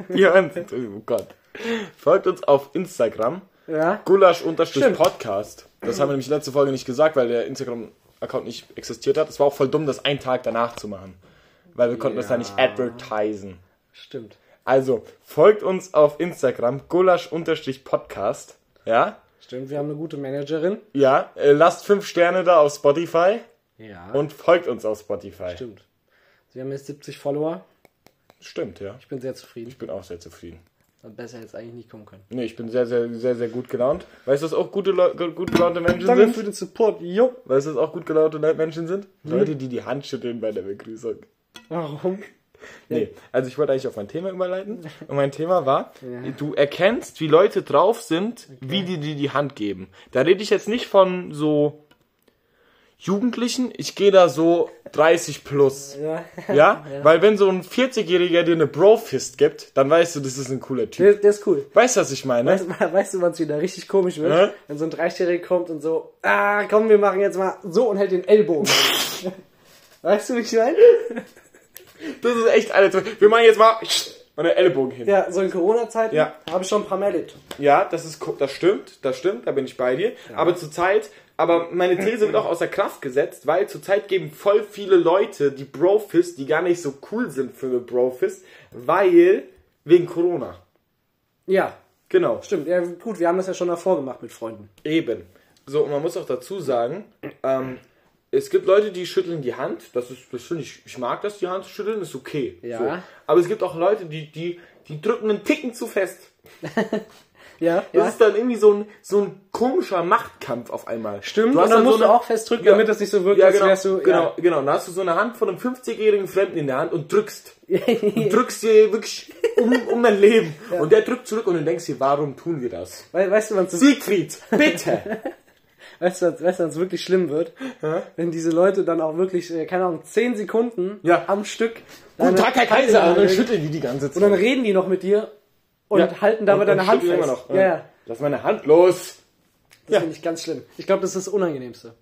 Speaker 2: Ihr hören's jetzt. Oh Gott. Folgt uns auf Instagram.
Speaker 1: Ja.
Speaker 2: Gulasch-Podcast. Das haben wir nämlich letzte Folge nicht gesagt, weil der Instagram-Account nicht existiert hat. Es war auch voll dumm, das einen Tag danach zu machen. Weil wir konnten das ja nicht advertisen.
Speaker 1: Stimmt.
Speaker 2: Also, folgt uns auf Instagram, Gulasch-Podcast. Ja?
Speaker 1: Stimmt, wir haben eine gute Managerin.
Speaker 2: Ja. Äh, lasst fünf Sterne da auf Spotify
Speaker 1: Ja.
Speaker 2: und folgt uns auf Spotify.
Speaker 1: Stimmt. Sie haben jetzt 70 Follower.
Speaker 2: Stimmt, ja.
Speaker 1: Ich bin sehr zufrieden.
Speaker 2: Ich bin auch sehr zufrieden.
Speaker 1: Und besser jetzt eigentlich nicht kommen können.
Speaker 2: Nee, ich bin sehr, sehr, sehr, sehr gut gelaunt. Weißt du, was auch gute, Leu- gu- gut gelaunte Menschen
Speaker 1: Danke
Speaker 2: sind?
Speaker 1: für Hm? den Support. Jo.
Speaker 2: Weißt du, was auch gut gelaunte Le- Menschen sind? Leute, die die Hand schütteln bei der Begrüßung.
Speaker 1: Warum?
Speaker 2: Nee, also ich wollte eigentlich auf mein Thema überleiten.
Speaker 1: <laughs>
Speaker 2: Und mein Thema war,
Speaker 1: Ja.
Speaker 2: du erkennst, wie Leute drauf sind, wie die dir die Hand geben. Da rede ich jetzt nicht von so Jugendlichen. Ich gehe da so 30 plus.
Speaker 1: Ja.
Speaker 2: <laughs> Ja? Weil wenn so ein 40-Jähriger dir eine Bro-Fist gibt, dann weißt du, das ist ein cooler Typ.
Speaker 1: Der, der ist cool.
Speaker 2: Weißt du, was ich meine?
Speaker 1: Weißt, weißt du, wann es wieder richtig komisch wird?
Speaker 2: Hä?
Speaker 1: Wenn so ein Dreistädter kommt und so, ah, komm, wir machen jetzt mal so und hält den
Speaker 2: <laughs>
Speaker 1: Ellbogen. weißt du, wie ich meine?
Speaker 2: Das ist echt alles. Wir machen jetzt mal und den Ellbogen hin. Ja,
Speaker 1: Ja, so in Corona-Zeiten
Speaker 2: Ja.
Speaker 1: habe ich schon ein paar mehr erlebt.
Speaker 2: das ist ko- das stimmt, das stimmt, da bin ich bei dir. Aber zurzeit, aber meine These wird auch außer Kraft gesetzt, weil zurzeit geben voll viele Leute die Brofist, die gar nicht so cool sind für eine Brofist, weil wegen Corona.
Speaker 1: Ja,
Speaker 2: Genau.
Speaker 1: stimmt. Ja, gut, wir haben das ja schon davor gemacht mit Freunden.
Speaker 2: Eben. So, und man muss auch dazu sagen, ähm, es gibt Leute, die schütteln die Hand. Das ist, das finde ich, ich mag das, die Hand zu schütteln, ist okay.
Speaker 1: Ja.
Speaker 2: So. Aber es gibt auch Leute, die, die, die drücken einen Ticken zu fest.
Speaker 1: Ja,
Speaker 2: Das
Speaker 1: ja.
Speaker 2: ist dann irgendwie so ein, so ein komischer Machtkampf auf einmal.
Speaker 1: Stimmt, und dann musst du auch festdrücken, damit das nicht so wirkt,
Speaker 2: ja,
Speaker 1: als
Speaker 2: genau,
Speaker 1: wärst du-
Speaker 2: Genau,
Speaker 1: ja.
Speaker 2: genau. Dann hast du so eine Hand von einem 50-jährigen Fremden in der Hand
Speaker 1: <laughs>
Speaker 2: und drückst. und drückst dir wirklich um, um dein Leben. Und der drückt zurück und du denkst dir, warum tun wir das?
Speaker 1: We weißt du, wann
Speaker 2: Hm?
Speaker 1: es
Speaker 2: Siegfried,
Speaker 1: <laughs>
Speaker 2: bitte!
Speaker 1: weißt du, wann's- weißt du, wann's wirklich schlimm wird? Wenn diese Leute dann auch wirklich, äh, keine Ahnung, 10 Sekunden
Speaker 2: Ja.
Speaker 1: am Stück. deine
Speaker 2: Guten Tag, Herr
Speaker 1: Hand in
Speaker 2: Kaiser!
Speaker 1: der
Speaker 2: Und
Speaker 1: Hand
Speaker 2: dann
Speaker 1: drücken.
Speaker 2: schütteln die die ganze Zeit.
Speaker 1: Und dann reden die noch mit dir und halten dabei
Speaker 2: Und- und
Speaker 1: deine Hand
Speaker 2: schütteln
Speaker 1: fest.
Speaker 2: immer noch.
Speaker 1: Ja, ja.
Speaker 2: Lass meine Hand los!
Speaker 1: Das finde ich ganz schlimm. Ich glaube, das ist das Unangenehmste.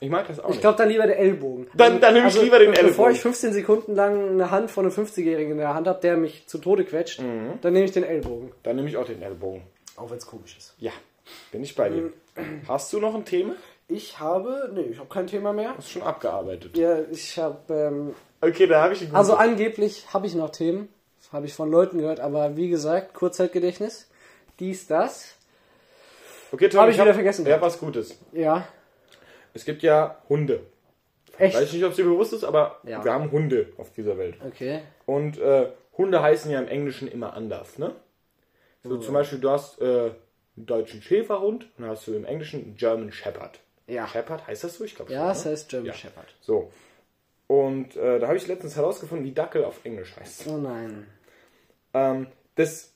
Speaker 2: Ich mag das auch
Speaker 1: Ich glaube, dann lieber der Ellbogen. Also,
Speaker 2: Dann- dann nehm ich lieber den
Speaker 1: Bevor
Speaker 2: Ellbogen.
Speaker 1: ich 15 Sekunden lang eine Hand von einem 50-Jährigen in der Hand habe, der mich zu Tode quetscht,
Speaker 2: Mhm.
Speaker 1: dann nehme ich den Ellbogen.
Speaker 2: Dann nehme ich auch den Ellbogen.
Speaker 1: Auch wenn es komisch ist.
Speaker 2: Ja, bin ich bei
Speaker 1: Mm.
Speaker 2: dir. Hast du noch ein Thema?
Speaker 1: Ich habe, nee, ich habe kein Thema mehr.
Speaker 2: Ist schon abgearbeitet.
Speaker 1: Ja, ich habe, ähm,
Speaker 2: Okay, da habe ich einen guten
Speaker 1: also angeblich habe ich noch Themen, habe ich von Leuten gehört, aber wie gesagt, Kurzzeitgedächtnis, dies, das,
Speaker 2: Okay, Tom,
Speaker 1: Hab ich wieder vergessen.
Speaker 2: Ja, was Gutes.
Speaker 1: ja,
Speaker 2: Es gibt ja Hunde. Weiß
Speaker 1: echt,
Speaker 2: nicht, ob es dir bewusst ist, aber
Speaker 1: Ja.
Speaker 2: wir haben Hunde auf dieser Welt.
Speaker 1: okay,
Speaker 2: Und äh, Hunde heißen ja im Englischen immer anders, ne? So zum Beispiel, du hast äh, einen deutschen Schäferhund und dann hast du im Englischen einen German Shepherd.
Speaker 1: Ja.
Speaker 2: Shepherd heißt das so? Ich glaube
Speaker 1: ja, es heißt German
Speaker 2: Ja.
Speaker 1: Shepherd.
Speaker 2: So. Und äh, da habe ich letztens herausgefunden, wie Dackel auf Englisch heißt.
Speaker 1: Oh nein,
Speaker 2: Ähm, das.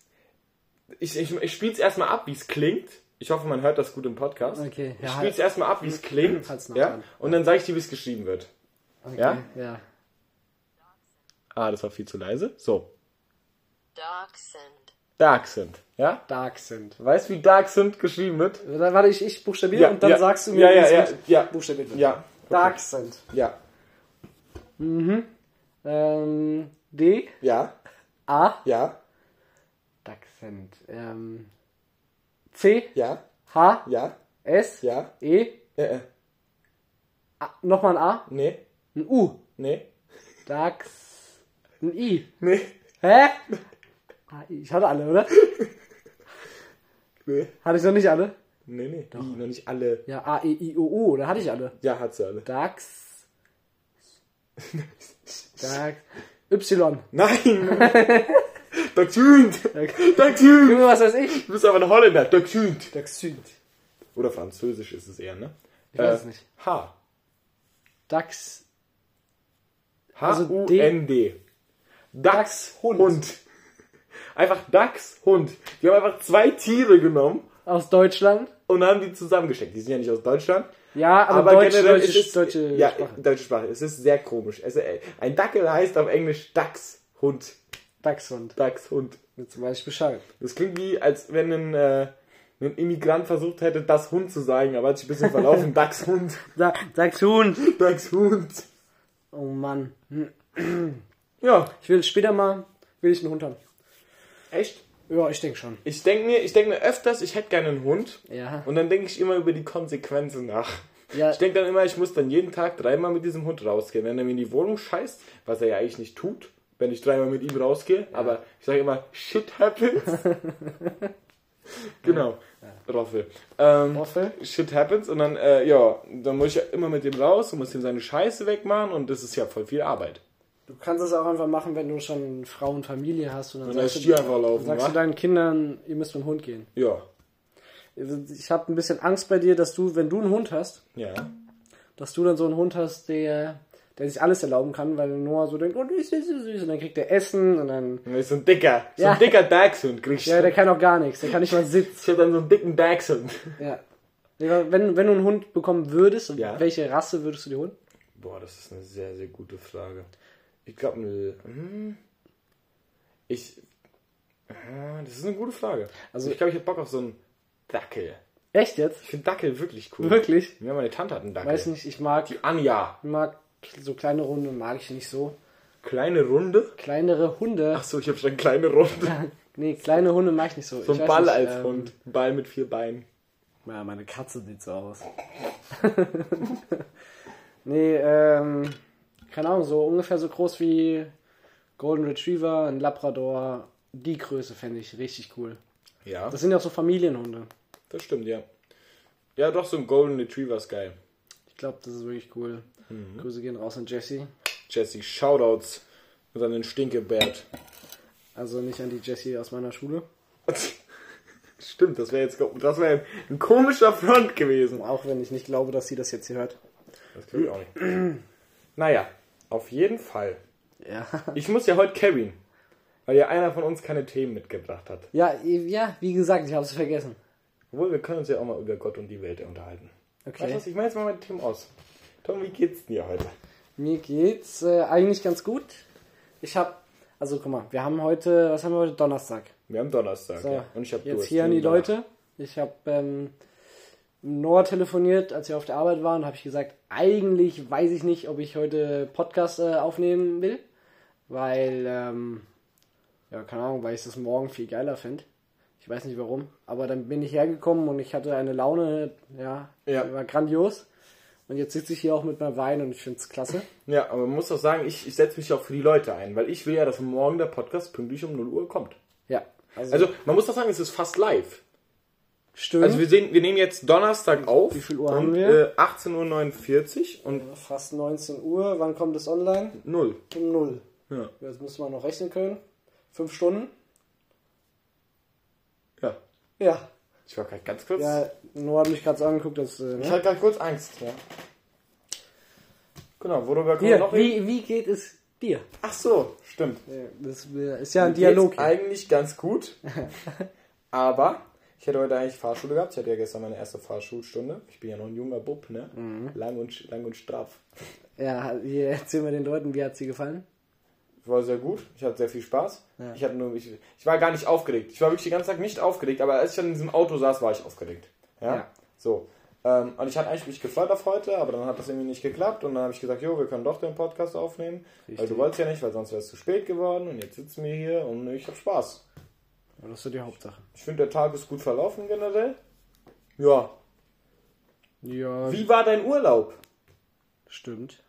Speaker 2: Ich, ich, ich spiele es erstmal ab, wie es klingt. Ich hoffe, man hört das gut im Podcast.
Speaker 1: Okay,
Speaker 2: ich
Speaker 1: ja, Mhm.
Speaker 2: spiele es erstmal ab, wie es klingt.
Speaker 1: halt's noch
Speaker 2: Ja?
Speaker 1: dran.
Speaker 2: Und dann sage ich dir, wie es geschrieben wird. Ja?
Speaker 1: ja,
Speaker 2: Ah, das war viel zu leise. So.
Speaker 3: Dachshund.
Speaker 2: Dark sind. Ja?
Speaker 1: dark sind.
Speaker 2: Weißt du, wie Dark sind geschrieben wird?
Speaker 1: Dann, warte, ich, ich buchstabiere und dann sagst du mir,
Speaker 2: ja, ja,
Speaker 1: wie's
Speaker 2: ja,
Speaker 1: mit-
Speaker 2: ja,
Speaker 1: buchstabiert wird.
Speaker 2: Ja.
Speaker 1: Dark sind.
Speaker 2: Ja.
Speaker 1: Ähm, D,
Speaker 2: Ja.
Speaker 1: A,
Speaker 2: Ja.
Speaker 1: dark sind. Ähm, C,
Speaker 2: Ja.
Speaker 1: H,
Speaker 2: Ja.
Speaker 1: S,
Speaker 2: Ja.
Speaker 1: E,
Speaker 2: Äh, äh.
Speaker 1: nochmal ein A,
Speaker 2: Nee.
Speaker 1: ein U.
Speaker 2: Nee.
Speaker 1: Dax. Ein I.
Speaker 2: Nee,
Speaker 1: Hä? Ah, Ich hatte alle, oder?
Speaker 2: nee.
Speaker 1: Hatte ich noch nicht alle?
Speaker 2: Nee, nee. Die, noch nicht alle.
Speaker 1: Ja, A, E, I, O, U, da hatte ich alle.
Speaker 2: Ja, hat sie alle. <laughs>
Speaker 1: Dax. Dax. Y. <laughs>
Speaker 2: Nein! Dachshund! Dachshund!
Speaker 1: Junge, was weiß ich?
Speaker 2: Du bist aber ein Holländer. Dachshund!
Speaker 1: Dax Süd.
Speaker 2: Oder französisch ist es eher, ne? Ich
Speaker 1: weiß es nicht.
Speaker 2: H.
Speaker 1: Dax. Also
Speaker 2: H-U-N-D. Dachs,
Speaker 1: Dachs, Hund.
Speaker 2: Hund. Einfach Dachs, Hund. Die haben einfach zwei Tiere genommen
Speaker 1: Aus Deutschland.
Speaker 2: und haben die zusammengesteckt. Die sind ja nicht aus Deutschland.
Speaker 1: Ja, aber,
Speaker 2: Aber
Speaker 1: Deutsch,
Speaker 2: generell
Speaker 1: Deutsch,
Speaker 2: ist es, äh,
Speaker 1: deutsche
Speaker 2: ja,
Speaker 1: Sprache.
Speaker 2: deutsche Sprache. Es ist sehr komisch. Also, äh, ein Dackel heißt auf Englisch Dachs, Hund.
Speaker 1: Dachshund.
Speaker 2: Dachs, Hund.
Speaker 1: Jetzt weiß ich Bescheid.
Speaker 2: Das klingt wie, als wenn ein, äh, ein Immigrant versucht hätte, das Hund zu sagen, aber hat sich ein
Speaker 1: <laughs>
Speaker 2: bisschen verlaufen. Dachshund,
Speaker 1: Da, Dachshund.
Speaker 2: Dachshund.
Speaker 1: Oh Mann.
Speaker 2: Ja,
Speaker 1: Ich will später mal, will ich einen Hund haben.
Speaker 2: echt.
Speaker 1: Ja, ich denke schon.
Speaker 2: Ich denke mir, ich denk mir öfters, ich hätte gerne einen Hund.
Speaker 1: Ja.
Speaker 2: Und dann denke ich immer über die Konsequenzen nach.
Speaker 1: Ja.
Speaker 2: Ich denke dann immer, ich muss dann jeden Tag dreimal mit diesem Hund rausgehen. Wenn er mir in die Wohnung scheißt, was er ja eigentlich nicht tut, wenn ich dreimal mit ihm rausgehe, aber ich sage immer, shit
Speaker 1: <laughs>
Speaker 2: happens. genau. Roffel. Ähm,
Speaker 1: Roffel?
Speaker 2: Shit happens und dann, äh, ja, dann muss ich ja immer mit dem raus und muss ihm seine Scheiße wegmachen und das ist ja voll viel Arbeit.
Speaker 1: Du kannst es auch einfach machen, wenn du schon Frau und Familie hast. Und dann
Speaker 2: Und dann
Speaker 1: sagst,
Speaker 2: ist
Speaker 1: du,
Speaker 2: die einfach laufen,
Speaker 1: sagst du
Speaker 2: wa?
Speaker 1: deinen Kindern, ihr müsst mit dem Hund gehen.
Speaker 2: Ja.
Speaker 1: Also Ich habe ein bisschen Angst bei dir, dass du, wenn du einen Hund hast,
Speaker 2: Ja.
Speaker 1: dass du dann so einen Hund hast, der, der sich alles erlauben kann, weil Noah so denkt, oh, süß, süß, süß, süß. Und dann kriegt er Essen und dann...
Speaker 2: Und das ist so ein dicker, so
Speaker 1: Ja.
Speaker 2: ein dicker Dachshund kriegst du.
Speaker 1: Ja, der kann auch gar nichts. Der kann nicht mal sitzen.
Speaker 2: ich hab dann so einen dicken Dachshund.
Speaker 1: Ja. Ja, Wenn, wenn du einen Hund bekommen würdest,
Speaker 2: Ja.
Speaker 1: welche Rasse würdest du dir holen?
Speaker 2: Boah, das ist eine sehr, sehr gute Frage. Ich glaube, hm? ich. Ah, Das ist eine gute Frage. Also, ich glaube, ich hätte Bock auf so einen Dackel.
Speaker 1: Echt jetzt?
Speaker 2: Ich finde Dackel wirklich cool.
Speaker 1: Wirklich?
Speaker 2: Ja, meine Tante hat einen Dackel.
Speaker 1: Weiß nicht, ich mag...
Speaker 2: Die Anja.
Speaker 1: Ich mag so kleine Hunde, mag ich nicht so.
Speaker 2: Kleine Runde.
Speaker 1: Kleinere Hunde,
Speaker 2: Achso, ich habe schon kleine Runde.
Speaker 1: nee, kleine Hunde mag ich nicht so.
Speaker 2: So
Speaker 1: ich weiß
Speaker 2: ein Ball
Speaker 1: nicht,
Speaker 2: als
Speaker 1: ähm,
Speaker 2: Hund. Ein Ball mit vier Beinen.
Speaker 1: Ja, meine Katze sieht so aus. <laughs> nee, ähm, keine Ahnung, so ungefähr so groß wie Golden Retriever, ein Labrador. Die Größe fände ich richtig cool.
Speaker 2: Ja,
Speaker 1: Das
Speaker 2: das,
Speaker 1: sind ja auch so Familienhunde.
Speaker 2: stimmt, ja. Ja, doch, so ein Golden Retriever ist geil.
Speaker 1: Ich glaube, das ist wirklich cool.
Speaker 2: Mhm.
Speaker 1: Grüße gehen raus an Jessie.
Speaker 2: Jesse, Shoutouts. Und dann den Stinkebärt.
Speaker 1: Also nicht an die Jessie aus meiner Schule.
Speaker 2: Stimmt, das wäre jetzt das wär ein komischer Front gewesen.
Speaker 1: Auch wenn ich nicht glaube, dass sie das jetzt hier hört.
Speaker 2: Das glaube ich auch nicht. naja, auf jeden Fall.
Speaker 1: Ja. <laughs>
Speaker 2: Ich muss ja heute carryen, weil ja einer von uns keine Themen mitgebracht hat.
Speaker 1: Ja, ja wie gesagt, ich habe es vergessen.
Speaker 2: Obwohl, wir können uns ja auch mal über Gott und die Welt unterhalten.
Speaker 1: Okay.
Speaker 2: Weißt du was, ich mache jetzt mal meine Themen aus. Tom, wie geht's dir heute?
Speaker 1: Mir geht's äh, eigentlich ganz gut. Ich habe, also guck mal, wir haben heute, was haben wir heute? Donnerstag.
Speaker 2: Wir haben Donnerstag,
Speaker 1: So,
Speaker 2: ja. Und ich habe
Speaker 1: jetzt hier an die Leute. Ich habe ähm, Noah telefoniert, als wir auf der Arbeit waren, habe ich gesagt, eigentlich weiß ich nicht, ob ich heute Podcast äh, aufnehmen will, weil, ähm, ja, keine Ahnung, weil ich das morgen viel geiler finde. Ich weiß nicht warum, aber dann bin ich hergekommen und ich hatte eine Laune, ja,
Speaker 2: Ja.
Speaker 1: die war grandios. Und jetzt sitze ich hier auch mit meinem Wein und ich finde es klasse.
Speaker 2: Ja, aber man muss auch sagen, ich, ich setze mich auch für die Leute ein, weil ich will ja, dass morgen der Podcast pünktlich um 0 Uhr kommt.
Speaker 1: Ja,
Speaker 2: Also, man muss doch sagen, es ist fast live.
Speaker 1: Stimmt.
Speaker 2: Also, wir, sehen, wir nehmen jetzt Donnerstag auf. Wie
Speaker 1: viel Uhr
Speaker 2: und,
Speaker 1: haben wir?
Speaker 2: Äh, 18.49 Uhr und
Speaker 1: Fast 19 Uhr. Wann kommt es online?
Speaker 2: 0.
Speaker 1: Um 0.
Speaker 2: Ja.
Speaker 1: Jetzt müssen wir noch rechnen können. Fünf Stunden?
Speaker 2: ja.
Speaker 1: Ja.
Speaker 2: Ich war gerade ganz kurz.
Speaker 1: Ja, Noah hat mich gerade so angeguckt, dass. Äh,
Speaker 2: Ich
Speaker 1: ne?
Speaker 2: hatte gerade kurz Angst, ja. Genau, worüber kommen wir
Speaker 1: Hier,
Speaker 2: noch reden?
Speaker 1: wie, wie geht es dir?
Speaker 2: Ach so, stimmt.
Speaker 1: Äh, Das äh, ist ja ein
Speaker 2: Mir
Speaker 1: Dialog.
Speaker 2: geht's
Speaker 1: hier.
Speaker 2: eigentlich
Speaker 1: <laughs>
Speaker 2: ganz gut. aber ich hätte heute eigentlich Fahrschule gehabt. Ich hatte ja gestern meine erste Fahrschulstunde. Ich bin ja noch ein junger Bub, ne?
Speaker 1: Mhm.
Speaker 2: Lang, und, lang und straff.
Speaker 1: Ja, hier erzählen wir den Leuten, wie hat sie gefallen?
Speaker 2: War sehr gut. Ich hatte sehr viel Spaß. Ich, hatte nur, ich, ich war gar nicht aufgeregt. Ich war wirklich den ganzen Tag nicht aufgeregt, aber als ich dann in diesem Auto saß, war ich aufgeregt. Ja.
Speaker 1: Ja.
Speaker 2: So. Ähm, und ich hatte eigentlich mich gefreut auf heute, aber dann hat das irgendwie nicht geklappt. Und dann habe ich gesagt, jo, wir können doch den Podcast aufnehmen. Weil du wolltest ja nicht, weil sonst wäre es zu spät geworden. Und jetzt sitzen wir hier und ich habe Spaß.
Speaker 1: Ja, Das ist so die Hauptsache.
Speaker 2: Ich finde, der Tag ist gut verlaufen generell. Ja.
Speaker 1: Ja,
Speaker 2: Wie war dein Urlaub?
Speaker 1: stimmt.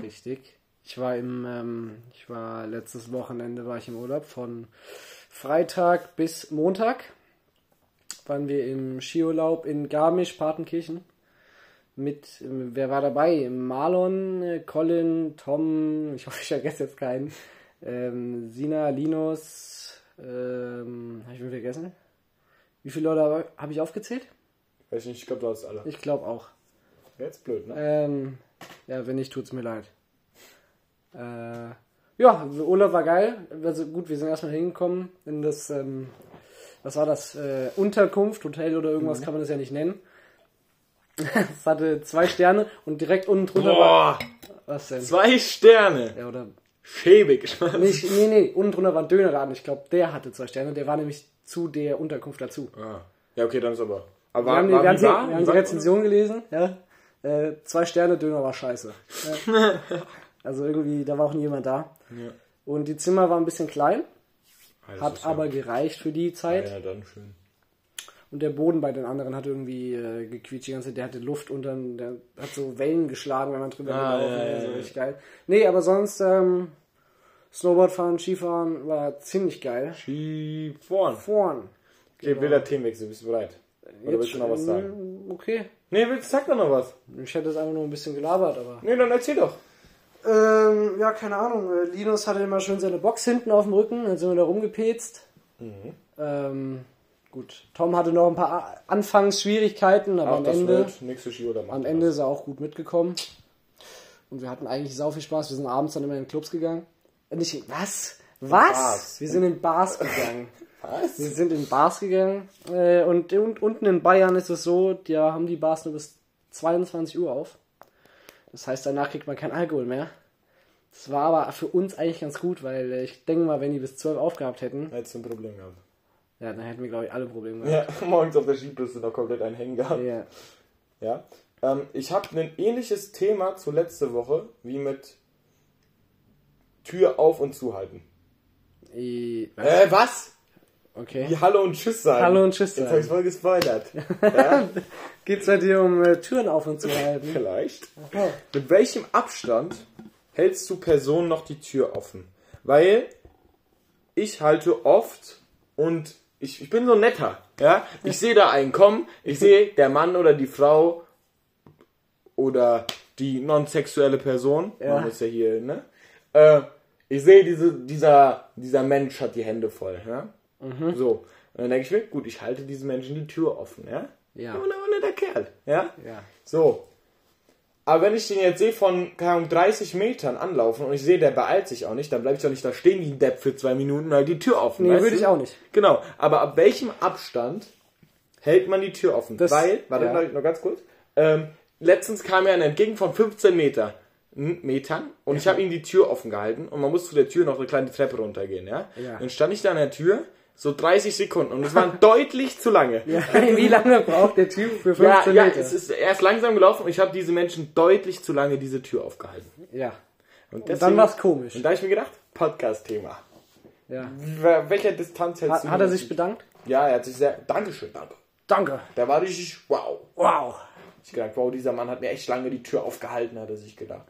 Speaker 1: Richtig. Ich war im, ähm, ich war letztes Wochenende war ich im Urlaub von Freitag bis Montag. Waren wir im Skiurlaub in Garmisch-Partenkirchen. Mit, ähm, wer war dabei? Marlon, äh, Colin, Tom, ich hoffe, ich vergesse jetzt keinen. Ähm, Sina, Linus, ähm, habe ich wen vergessen? Wie viele Leute habe ich aufgezählt?
Speaker 2: Weiß nicht, ich glaube, du hast alle.
Speaker 1: Ich glaube auch.
Speaker 2: Wäre jetzt blöd, ne?
Speaker 1: Ähm, ja, wenn nicht, tut's mir leid. Äh, ja, Urlaub war geil. Also gut, wir sind erstmal hingekommen in das, ähm, was war das? Äh, Unterkunft, Hotel oder irgendwas kann man das ja nicht nennen. <laughs> Es hatte zwei Sterne und direkt unten drunter war.
Speaker 2: Boah,
Speaker 1: Was denn?
Speaker 2: zwei Sterne.
Speaker 1: Ja, oder.
Speaker 2: Schäbig.
Speaker 1: Nicht, nee, nee, unten drunter war ein Dönerladen. Ich glaube, der hatte zwei Sterne. Der war nämlich zu der Unterkunft dazu.
Speaker 2: Ah. Ja, okay, dann ist aber. Aber
Speaker 1: Wir haben die,
Speaker 2: war-
Speaker 1: ganze,
Speaker 2: wie war-
Speaker 1: wir
Speaker 2: wie
Speaker 1: haben die
Speaker 2: war-
Speaker 1: Rezension gelesen, ja. Äh, zwei Sterne, Döner war scheiße. Ja.
Speaker 2: <laughs>
Speaker 1: also irgendwie, da war auch niemand da.
Speaker 2: Ja.
Speaker 1: Und die Zimmer waren ein bisschen klein,
Speaker 2: Ah, das ist
Speaker 1: hat
Speaker 2: ja-
Speaker 1: aber gereicht für die Zeit.
Speaker 2: Ja, dann schön.
Speaker 1: Und der Boden bei den anderen hat irgendwie äh, gequietscht die ganze Zeit. Der hatte Luft unter, der hat so Wellen geschlagen, wenn man drüber
Speaker 2: Ah,
Speaker 1: gelaufen
Speaker 2: ja,
Speaker 1: ist. Also
Speaker 2: ja, ja.
Speaker 1: Richtig geil. Nee, aber sonst ähm, Snowboardfahren, Skifahren war ziemlich geil.
Speaker 2: Ski vorn.
Speaker 1: Vorn.
Speaker 2: Okay, wilder Themenwechsel, bist du bereit? Oder willst du noch was sagen?
Speaker 1: ähm, Okay.
Speaker 2: Nee, willst, sag doch noch was.
Speaker 1: Ich hätte jetzt einfach nur ein bisschen gelabert, aber.
Speaker 2: Nee, dann erzähl doch.
Speaker 1: Ähm, ja, keine Ahnung. Äh, Linus hatte immer schön seine Box hinten auf dem Rücken, dann sind wir da rumgepetzt.
Speaker 2: Mhm.
Speaker 1: Ähm, gut, Tom hatte noch ein paar A- Anfangsschwierigkeiten, aber
Speaker 2: Ach,
Speaker 1: am
Speaker 2: das
Speaker 1: Ende,
Speaker 2: wird nächste Ski oder
Speaker 1: am Ende ist er auch gut mitgekommen. Und wir hatten eigentlich sau viel Spaß. Wir sind abends dann immer in Clubs gegangen. Äh, nicht, in- was? Was?
Speaker 2: Bars.
Speaker 1: Wir sind in Bars gegangen.
Speaker 2: Was?
Speaker 1: wir sind in Bars gegangen. Äh, und, und unten in Bayern ist es so, da haben die Bars nur bis 22 Uhr auf. Das heißt, danach kriegt man keinen Alkohol mehr. Das war aber für uns eigentlich ganz gut, weil äh, ich denke mal, wenn die bis 12 aufgehabt hätten,
Speaker 2: Hättest du ein Problem gehabt.
Speaker 1: ja, dann hätten wir, glaube ich, alle Probleme gehabt.
Speaker 2: Ja, <laughs> morgens auf der Skipiste noch komplett einen Hängen gehabt.
Speaker 1: Ja.
Speaker 2: Ja. Ähm, ich habe ein ähnliches Thema zu letzte Woche, wie mit Tür auf und zuhalten.
Speaker 1: I-
Speaker 2: Äh, was?
Speaker 1: Okay.
Speaker 2: Wie Hallo und Tschüss sagen.
Speaker 1: Hallo und Tschüss
Speaker 2: Jetzt
Speaker 1: sagen.
Speaker 2: habe ich voll gespoilert.
Speaker 1: Geht's bei dir um äh, Türen auf und zu halten?
Speaker 2: Vielleicht. Mit welchem Abstand hältst du Personen noch die Tür offen? Weil ich halte oft und ich, ich bin so ein netter. Ja? Ich sehe da einen kommen, ich sehe der Mann oder die Frau oder die non-sexuelle Person.
Speaker 1: Ja.
Speaker 2: Man muss ja hier, ne? Äh, ich sehe, diese, dieser, dieser Mensch hat die Hände voll. Ja?
Speaker 1: Mhm.
Speaker 2: So. Und dann denke ich mir, gut, ich halte diesem Menschen die Tür offen. Ja?
Speaker 1: Ja.
Speaker 2: Und der Kerl. Ja?
Speaker 1: Ja.
Speaker 2: So. Aber wenn ich den jetzt sehe von, keine Ahnung, 30 Metern anlaufen und ich sehe, der beeilt sich auch nicht, dann bleib ich doch nicht da stehen wie ein Depp für zwei Minuten und halt die Tür offen.
Speaker 1: Nee,
Speaker 2: weißt
Speaker 1: würde
Speaker 2: du?
Speaker 1: ich auch nicht.
Speaker 2: Genau. Aber ab welchem Abstand hält man die Tür offen?
Speaker 1: Das-
Speaker 2: Weil, warte,
Speaker 1: ja.
Speaker 2: noch, noch ganz kurz. Ähm, letztens kam mir einer entgegen von 15 Meter, m, Metern und ich habe ihm die Tür offen gehalten und man muss zu der Tür noch eine kleine Treppe runtergehen, ja?
Speaker 1: Ja.
Speaker 2: Dann stand ich da an der Tür, so 30 Sekunden und es waren <laughs> deutlich zu lange.
Speaker 1: <laughs> Wie lange braucht der Typ für 15
Speaker 2: Ja, ja,
Speaker 1: Meter?
Speaker 2: es ist, er ist langsam gelaufen und ich habe diese Menschen deutlich zu lange diese Tür aufgehalten.
Speaker 1: ja.
Speaker 2: Und,
Speaker 1: dann war's komisch.
Speaker 2: Und da habe ich mir gedacht, Podcast-Thema.
Speaker 1: ja.
Speaker 2: Wel- Welcher Distanz hältst
Speaker 1: Hat,
Speaker 2: du?
Speaker 1: hat er sich bedankt?
Speaker 2: Ja, er hat sich sehr... Dankeschön, danke.
Speaker 1: Danke.
Speaker 2: Da war richtig, wow.
Speaker 1: Wow.
Speaker 2: Ich gedacht, wow, dieser Mann hat mir echt lange die Tür aufgehalten, hat er sich gedacht.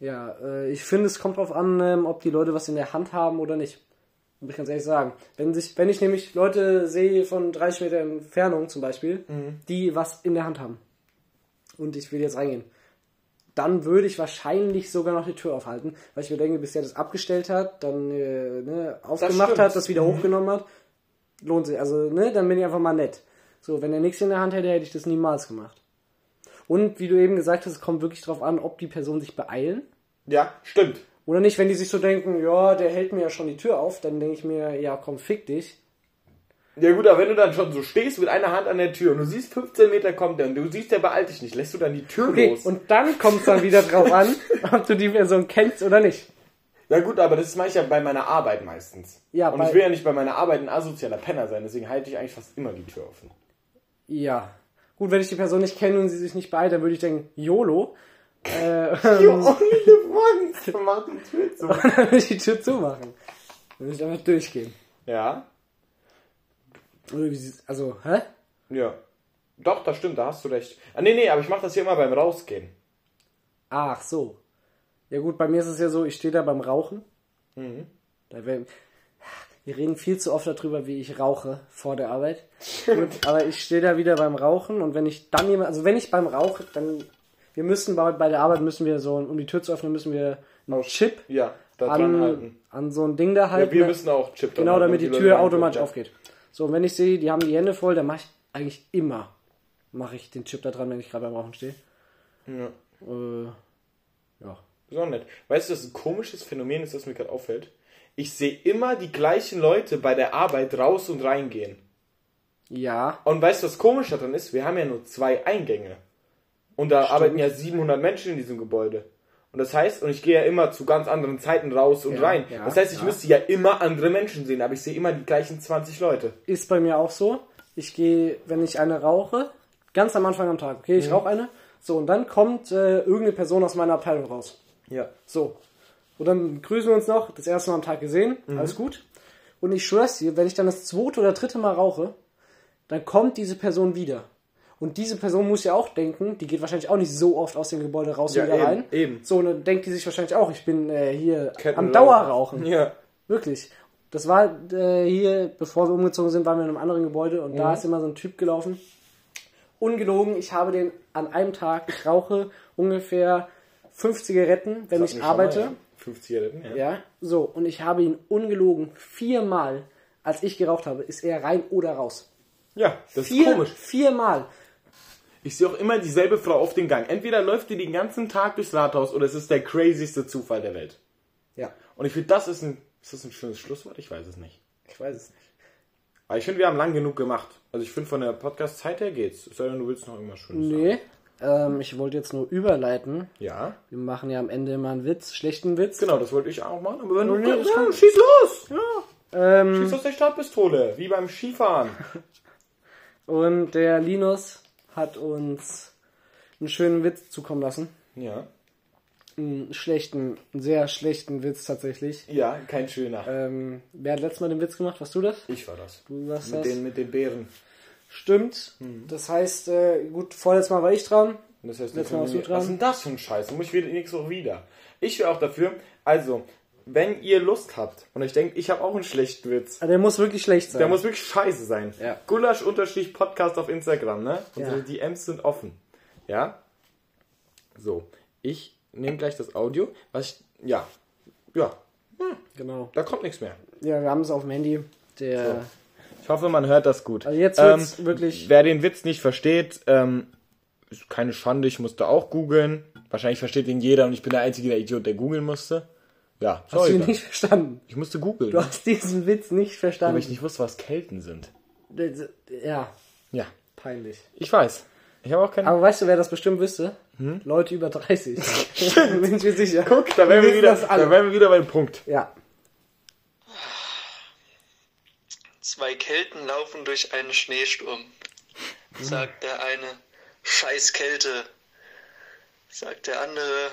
Speaker 1: Ja, äh, ich finde, es kommt drauf an, ähm, ob die Leute was in der Hand haben oder nicht. Muss ich ganz ehrlich sagen. Wenn, sich, wenn ich nämlich Leute sehe von 30 Meter Entfernung zum Beispiel, die was in der Hand haben und ich will jetzt reingehen, dann würde ich wahrscheinlich sogar noch die Tür aufhalten, weil ich mir denke, bis der das abgestellt hat, dann äh, ne, aufgemacht
Speaker 2: stimmt.
Speaker 1: hat, das wieder hochgenommen hat, lohnt sich. Also, ne, dann bin ich einfach mal nett. So, wenn er nichts in der Hand hätte, hätte ich das niemals gemacht. Und wie du eben gesagt hast, es kommt wirklich drauf an, ob die Personen sich beeilen
Speaker 2: Ja, stimmt.
Speaker 1: oder nicht, wenn die sich so denken, ja, der hält mir ja schon die Tür auf, dann denke ich mir, ja, komm, fick dich.
Speaker 2: Ja gut, aber wenn du dann schon so stehst mit einer Hand an der Tür und du siehst 15 Meter kommt der und du siehst, der beeilt dich nicht, lässt du dann die Tür
Speaker 1: Okay,
Speaker 2: los.
Speaker 1: und dann kommt es dann wieder drauf an, ob du die Person kennst oder nicht.
Speaker 2: Ja gut, aber das mache ich ja bei meiner Arbeit meistens.
Speaker 1: Ja,
Speaker 2: und
Speaker 1: bei-
Speaker 2: ich will ja nicht bei meiner Arbeit ein asozialer Penner sein, deswegen halte ich eigentlich fast immer die Tür offen.
Speaker 1: Ja. Gut, wenn ich die Person nicht kenne und sie sich nicht beeilt, dann würde ich denken, YOLO.
Speaker 2: You only once! <laughs> Mach die Tür
Speaker 1: <laughs>
Speaker 2: zu.
Speaker 1: Dann würde ich die Tür zumachen. Dann würde ich einfach durchgehen.
Speaker 2: Ja,
Speaker 1: Oder wie sie, also, hä?
Speaker 2: ja. Doch, das stimmt, da hast du recht. Ah, nee, nee, aber ich mache das hier immer beim Rausgehen.
Speaker 1: Ach so. Ja gut, bei mir ist es ja so, ich stehe da beim Rauchen.
Speaker 2: Mhm.
Speaker 1: Da wär, wir reden viel zu oft darüber, wie ich rauche vor der Arbeit.
Speaker 2: <laughs>
Speaker 1: gut, aber ich stehe da wieder beim Rauchen und wenn ich dann jemand, also wenn ich beim Rauchen, dann wir müssen bei, bei der Arbeit müssen wir so, um die Tür zu öffnen, müssen wir einen Chip
Speaker 2: Ja, da dran
Speaker 1: an,
Speaker 2: halten.
Speaker 1: an so ein Ding da halten.
Speaker 2: Ja, wir müssen auch Chip dran
Speaker 1: Genau,
Speaker 2: halten,
Speaker 1: damit
Speaker 2: um
Speaker 1: die
Speaker 2: die
Speaker 1: Tür
Speaker 2: Leute
Speaker 1: automatisch
Speaker 2: reinkommen,
Speaker 1: aufgeht. So, und wenn ich sehe, die haben die Hände voll, dann mache ich eigentlich immer, mache ich den Chip da dran, wenn ich gerade beim Rauchen stehe.
Speaker 2: Ja.
Speaker 1: Äh, ja.
Speaker 2: Besonders nett. Weißt du, was ein komisches Phänomen ist, das mir gerade auffällt? Ich sehe immer die gleichen Leute bei der Arbeit raus und reingehen.
Speaker 1: Ja,
Speaker 2: Und weißt du, was komisch daran ist? Wir haben ja nur zwei Eingänge. Und da arbeiten ja 700 Menschen in diesem Gebäude. Und das heißt, und ich gehe ja immer zu ganz anderen Zeiten raus und
Speaker 1: Ja,
Speaker 2: rein.
Speaker 1: ja,
Speaker 2: das heißt, ich
Speaker 1: ja.
Speaker 2: müsste ja immer andere Menschen sehen, aber ich sehe immer die gleichen 20 Leute.
Speaker 1: ist bei mir auch so. Ich gehe, wenn ich eine rauche, ganz am Anfang am Tag, okay,
Speaker 2: Mhm.
Speaker 1: ich rauche eine. So, und dann kommt äh, irgendeine Person aus meiner Abteilung raus.
Speaker 2: Ja.
Speaker 1: So. Und dann grüßen wir uns noch, das erste Mal am Tag gesehen,
Speaker 2: Mhm.
Speaker 1: alles gut. Und ich schwör's dir, wenn ich dann das zweite oder dritte Mal rauche, dann kommt diese Person wieder. Und diese Person muss ja auch denken, die geht wahrscheinlich auch nicht so oft aus dem Gebäude raus
Speaker 2: Ja,
Speaker 1: und wieder
Speaker 2: eben,
Speaker 1: rein.
Speaker 2: eben.
Speaker 1: So, und dann denkt die sich wahrscheinlich auch, ich bin äh, hier am
Speaker 2: Kettenrauch.
Speaker 1: Dauerrauchen.
Speaker 2: Ja.
Speaker 1: Wirklich. Das war äh, hier, bevor wir umgezogen sind, waren wir in einem anderen Gebäude und
Speaker 2: Mhm.
Speaker 1: da ist immer so ein Typ gelaufen. Ungelogen, ich habe den an einem Tag, ich rauche ungefähr fünf Zigaretten, wenn ich arbeite.
Speaker 2: Schon mal, ja. 50 Zigaretten, ja.
Speaker 1: Ja, so, und ich habe ihn ungelogen viermal, als ich geraucht habe, ist er rein oder raus.
Speaker 2: Ja, das ist
Speaker 1: Vier,
Speaker 2: komisch.
Speaker 1: viermal.
Speaker 2: Ich sehe auch immer dieselbe Frau auf den Gang. Entweder läuft die den ganzen Tag durchs Rathaus oder es ist der crazyste Zufall der Welt.
Speaker 1: Ja,
Speaker 2: Und ich finde, das ist ein, ist das ein schönes Schlusswort? Ich weiß es nicht.
Speaker 1: ich weiß es nicht.
Speaker 2: Aber ich finde, wir haben lang genug gemacht. Also ich finde, von der Podcast-Zeit her geht's. Es sei denn, du willst noch irgendwas Schönes
Speaker 1: Nee, ähm, ich wollte jetzt nur überleiten.
Speaker 2: Ja.
Speaker 1: Wir machen ja am Ende immer einen Witz, schlechten Witz.
Speaker 2: Genau, das wollte ich auch machen. Aber wenn du
Speaker 1: Nee, das kann-
Speaker 2: schieß los! Ja.
Speaker 1: Ähm,
Speaker 2: Schieß aus der Startpistole, wie beim Skifahren.
Speaker 1: und der Linus hat uns einen schönen Witz zukommen lassen.
Speaker 2: ja.
Speaker 1: Einen schlechten, einen sehr schlechten Witz tatsächlich.
Speaker 2: Ja, kein schöner.
Speaker 1: Ähm, wer hat letztes Mal den Witz gemacht? Warst du das?
Speaker 2: ich war das.
Speaker 1: Du warst
Speaker 2: mit
Speaker 1: das?
Speaker 2: den, mit den Bären.
Speaker 1: Stimmt.
Speaker 2: Mhm.
Speaker 1: Das heißt, äh, gut, vorletztes Mal war ich dran.
Speaker 2: Und Das heißt,
Speaker 1: Letztes
Speaker 2: die
Speaker 1: Mal warst du
Speaker 2: Familie- was ist
Speaker 1: dran.
Speaker 2: denn das für ein Scheiß? Da muss ich wieder nächste Woche wieder. Ich wäre auch dafür. Also, wenn ihr Lust habt und ich denke, ich habe auch einen schlechten Witz,
Speaker 1: Aber der muss wirklich schlecht sein.
Speaker 2: der muss wirklich scheiße sein.
Speaker 1: Ja.
Speaker 2: Gulasch-Podcast auf Instagram, ne? Unsere
Speaker 1: Ja.
Speaker 2: DMs sind offen. Ja? So, ich nehme gleich das Audio. Was ich, ja, ja,
Speaker 1: genau.
Speaker 2: da kommt nichts mehr.
Speaker 1: Ja, wir haben es auf dem Handy. Der
Speaker 2: Ich hoffe, man hört das gut. Ähm,
Speaker 1: Also jetzt wird's wirklich-
Speaker 2: Wer den Witz nicht versteht, ähm, ist keine Schande, ich musste auch googeln. Wahrscheinlich versteht ihn jeder und ich bin der einzige der Idiot, der googeln musste. Ja,
Speaker 1: hast
Speaker 2: sorry.
Speaker 1: du
Speaker 2: dann.
Speaker 1: nicht verstanden.
Speaker 2: Ich musste googeln,
Speaker 1: Du
Speaker 2: weil
Speaker 1: hast diesen Witz nicht verstanden.
Speaker 2: ich nicht wusste, was Kelten sind.
Speaker 1: Das- Ja,
Speaker 2: Ja,
Speaker 1: peinlich.
Speaker 2: ich weiß. Ich habe auch keine.
Speaker 1: Aber weißt du, wer das bestimmt wüsste? Leute über
Speaker 2: <laughs>
Speaker 1: 30. <laughs> Bin ich mir sicher.
Speaker 2: Hm? Guck, da wären
Speaker 1: Die
Speaker 2: wir
Speaker 1: wissen
Speaker 2: wieder,
Speaker 1: das alle.
Speaker 2: da wären wir wieder bei dem Punkt.
Speaker 1: Ja.
Speaker 4: Zwei Kelten laufen durch einen Schneesturm. Sagt der eine, scheiß Kälte. Sagt der andere,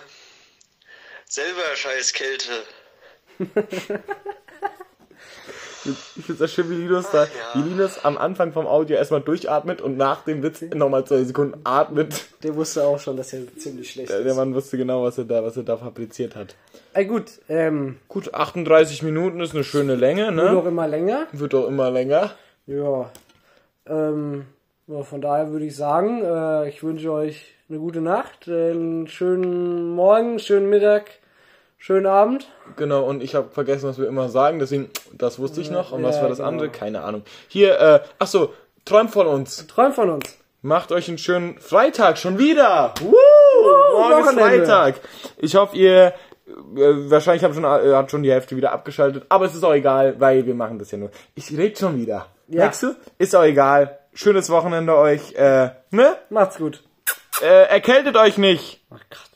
Speaker 4: selber scheiß Kälte.
Speaker 2: Ich finde es schön, wie Linus da, wie Linus am Anfang vom Audio erstmal durchatmet und nach dem Witz
Speaker 1: Hm.
Speaker 2: nochmal zwei Sekunden atmet. <laughs>
Speaker 1: Der wusste auch schon, dass er ziemlich schlecht
Speaker 2: Der
Speaker 1: ist.
Speaker 2: Mann wusste genau, was er da, was er da fabriziert hat.
Speaker 1: Ey, gut, ähm,
Speaker 2: Gut, 38 Minuten ist eine schöne Länge,
Speaker 1: noch
Speaker 2: ne?
Speaker 1: immer länger.
Speaker 2: Wird doch immer länger.
Speaker 1: Ja. Ähm, ja, von daher würde ich sagen, äh, ich wünsche euch eine gute Nacht, äh, einen schönen Morgen, schönen Mittag, schönen Abend.
Speaker 2: Genau, und ich habe vergessen, was wir immer sagen, deswegen, das wusste ich noch. Und was
Speaker 1: Ja,
Speaker 2: war das
Speaker 1: genau.
Speaker 2: andere? Keine Ahnung. Hier, äh, ach so, träumt von uns.
Speaker 1: Träumt von uns.
Speaker 2: Macht euch einen schönen Freitag schon wieder. Woo! Morgen ist
Speaker 1: Wochenende.
Speaker 2: Freitag. Ich hoffe, ihr äh, wahrscheinlich habt schon, äh, hat schon die Hälfte wieder abgeschaltet, aber es ist auch egal, weil wir machen das ja nur. Ich rede schon wieder.
Speaker 1: Ja.
Speaker 2: Merkst du? Ist auch egal. Schönes Wochenende euch. Äh, ne?
Speaker 1: Macht's gut.
Speaker 2: Äh, erkältet euch nicht.
Speaker 1: Ach Gott.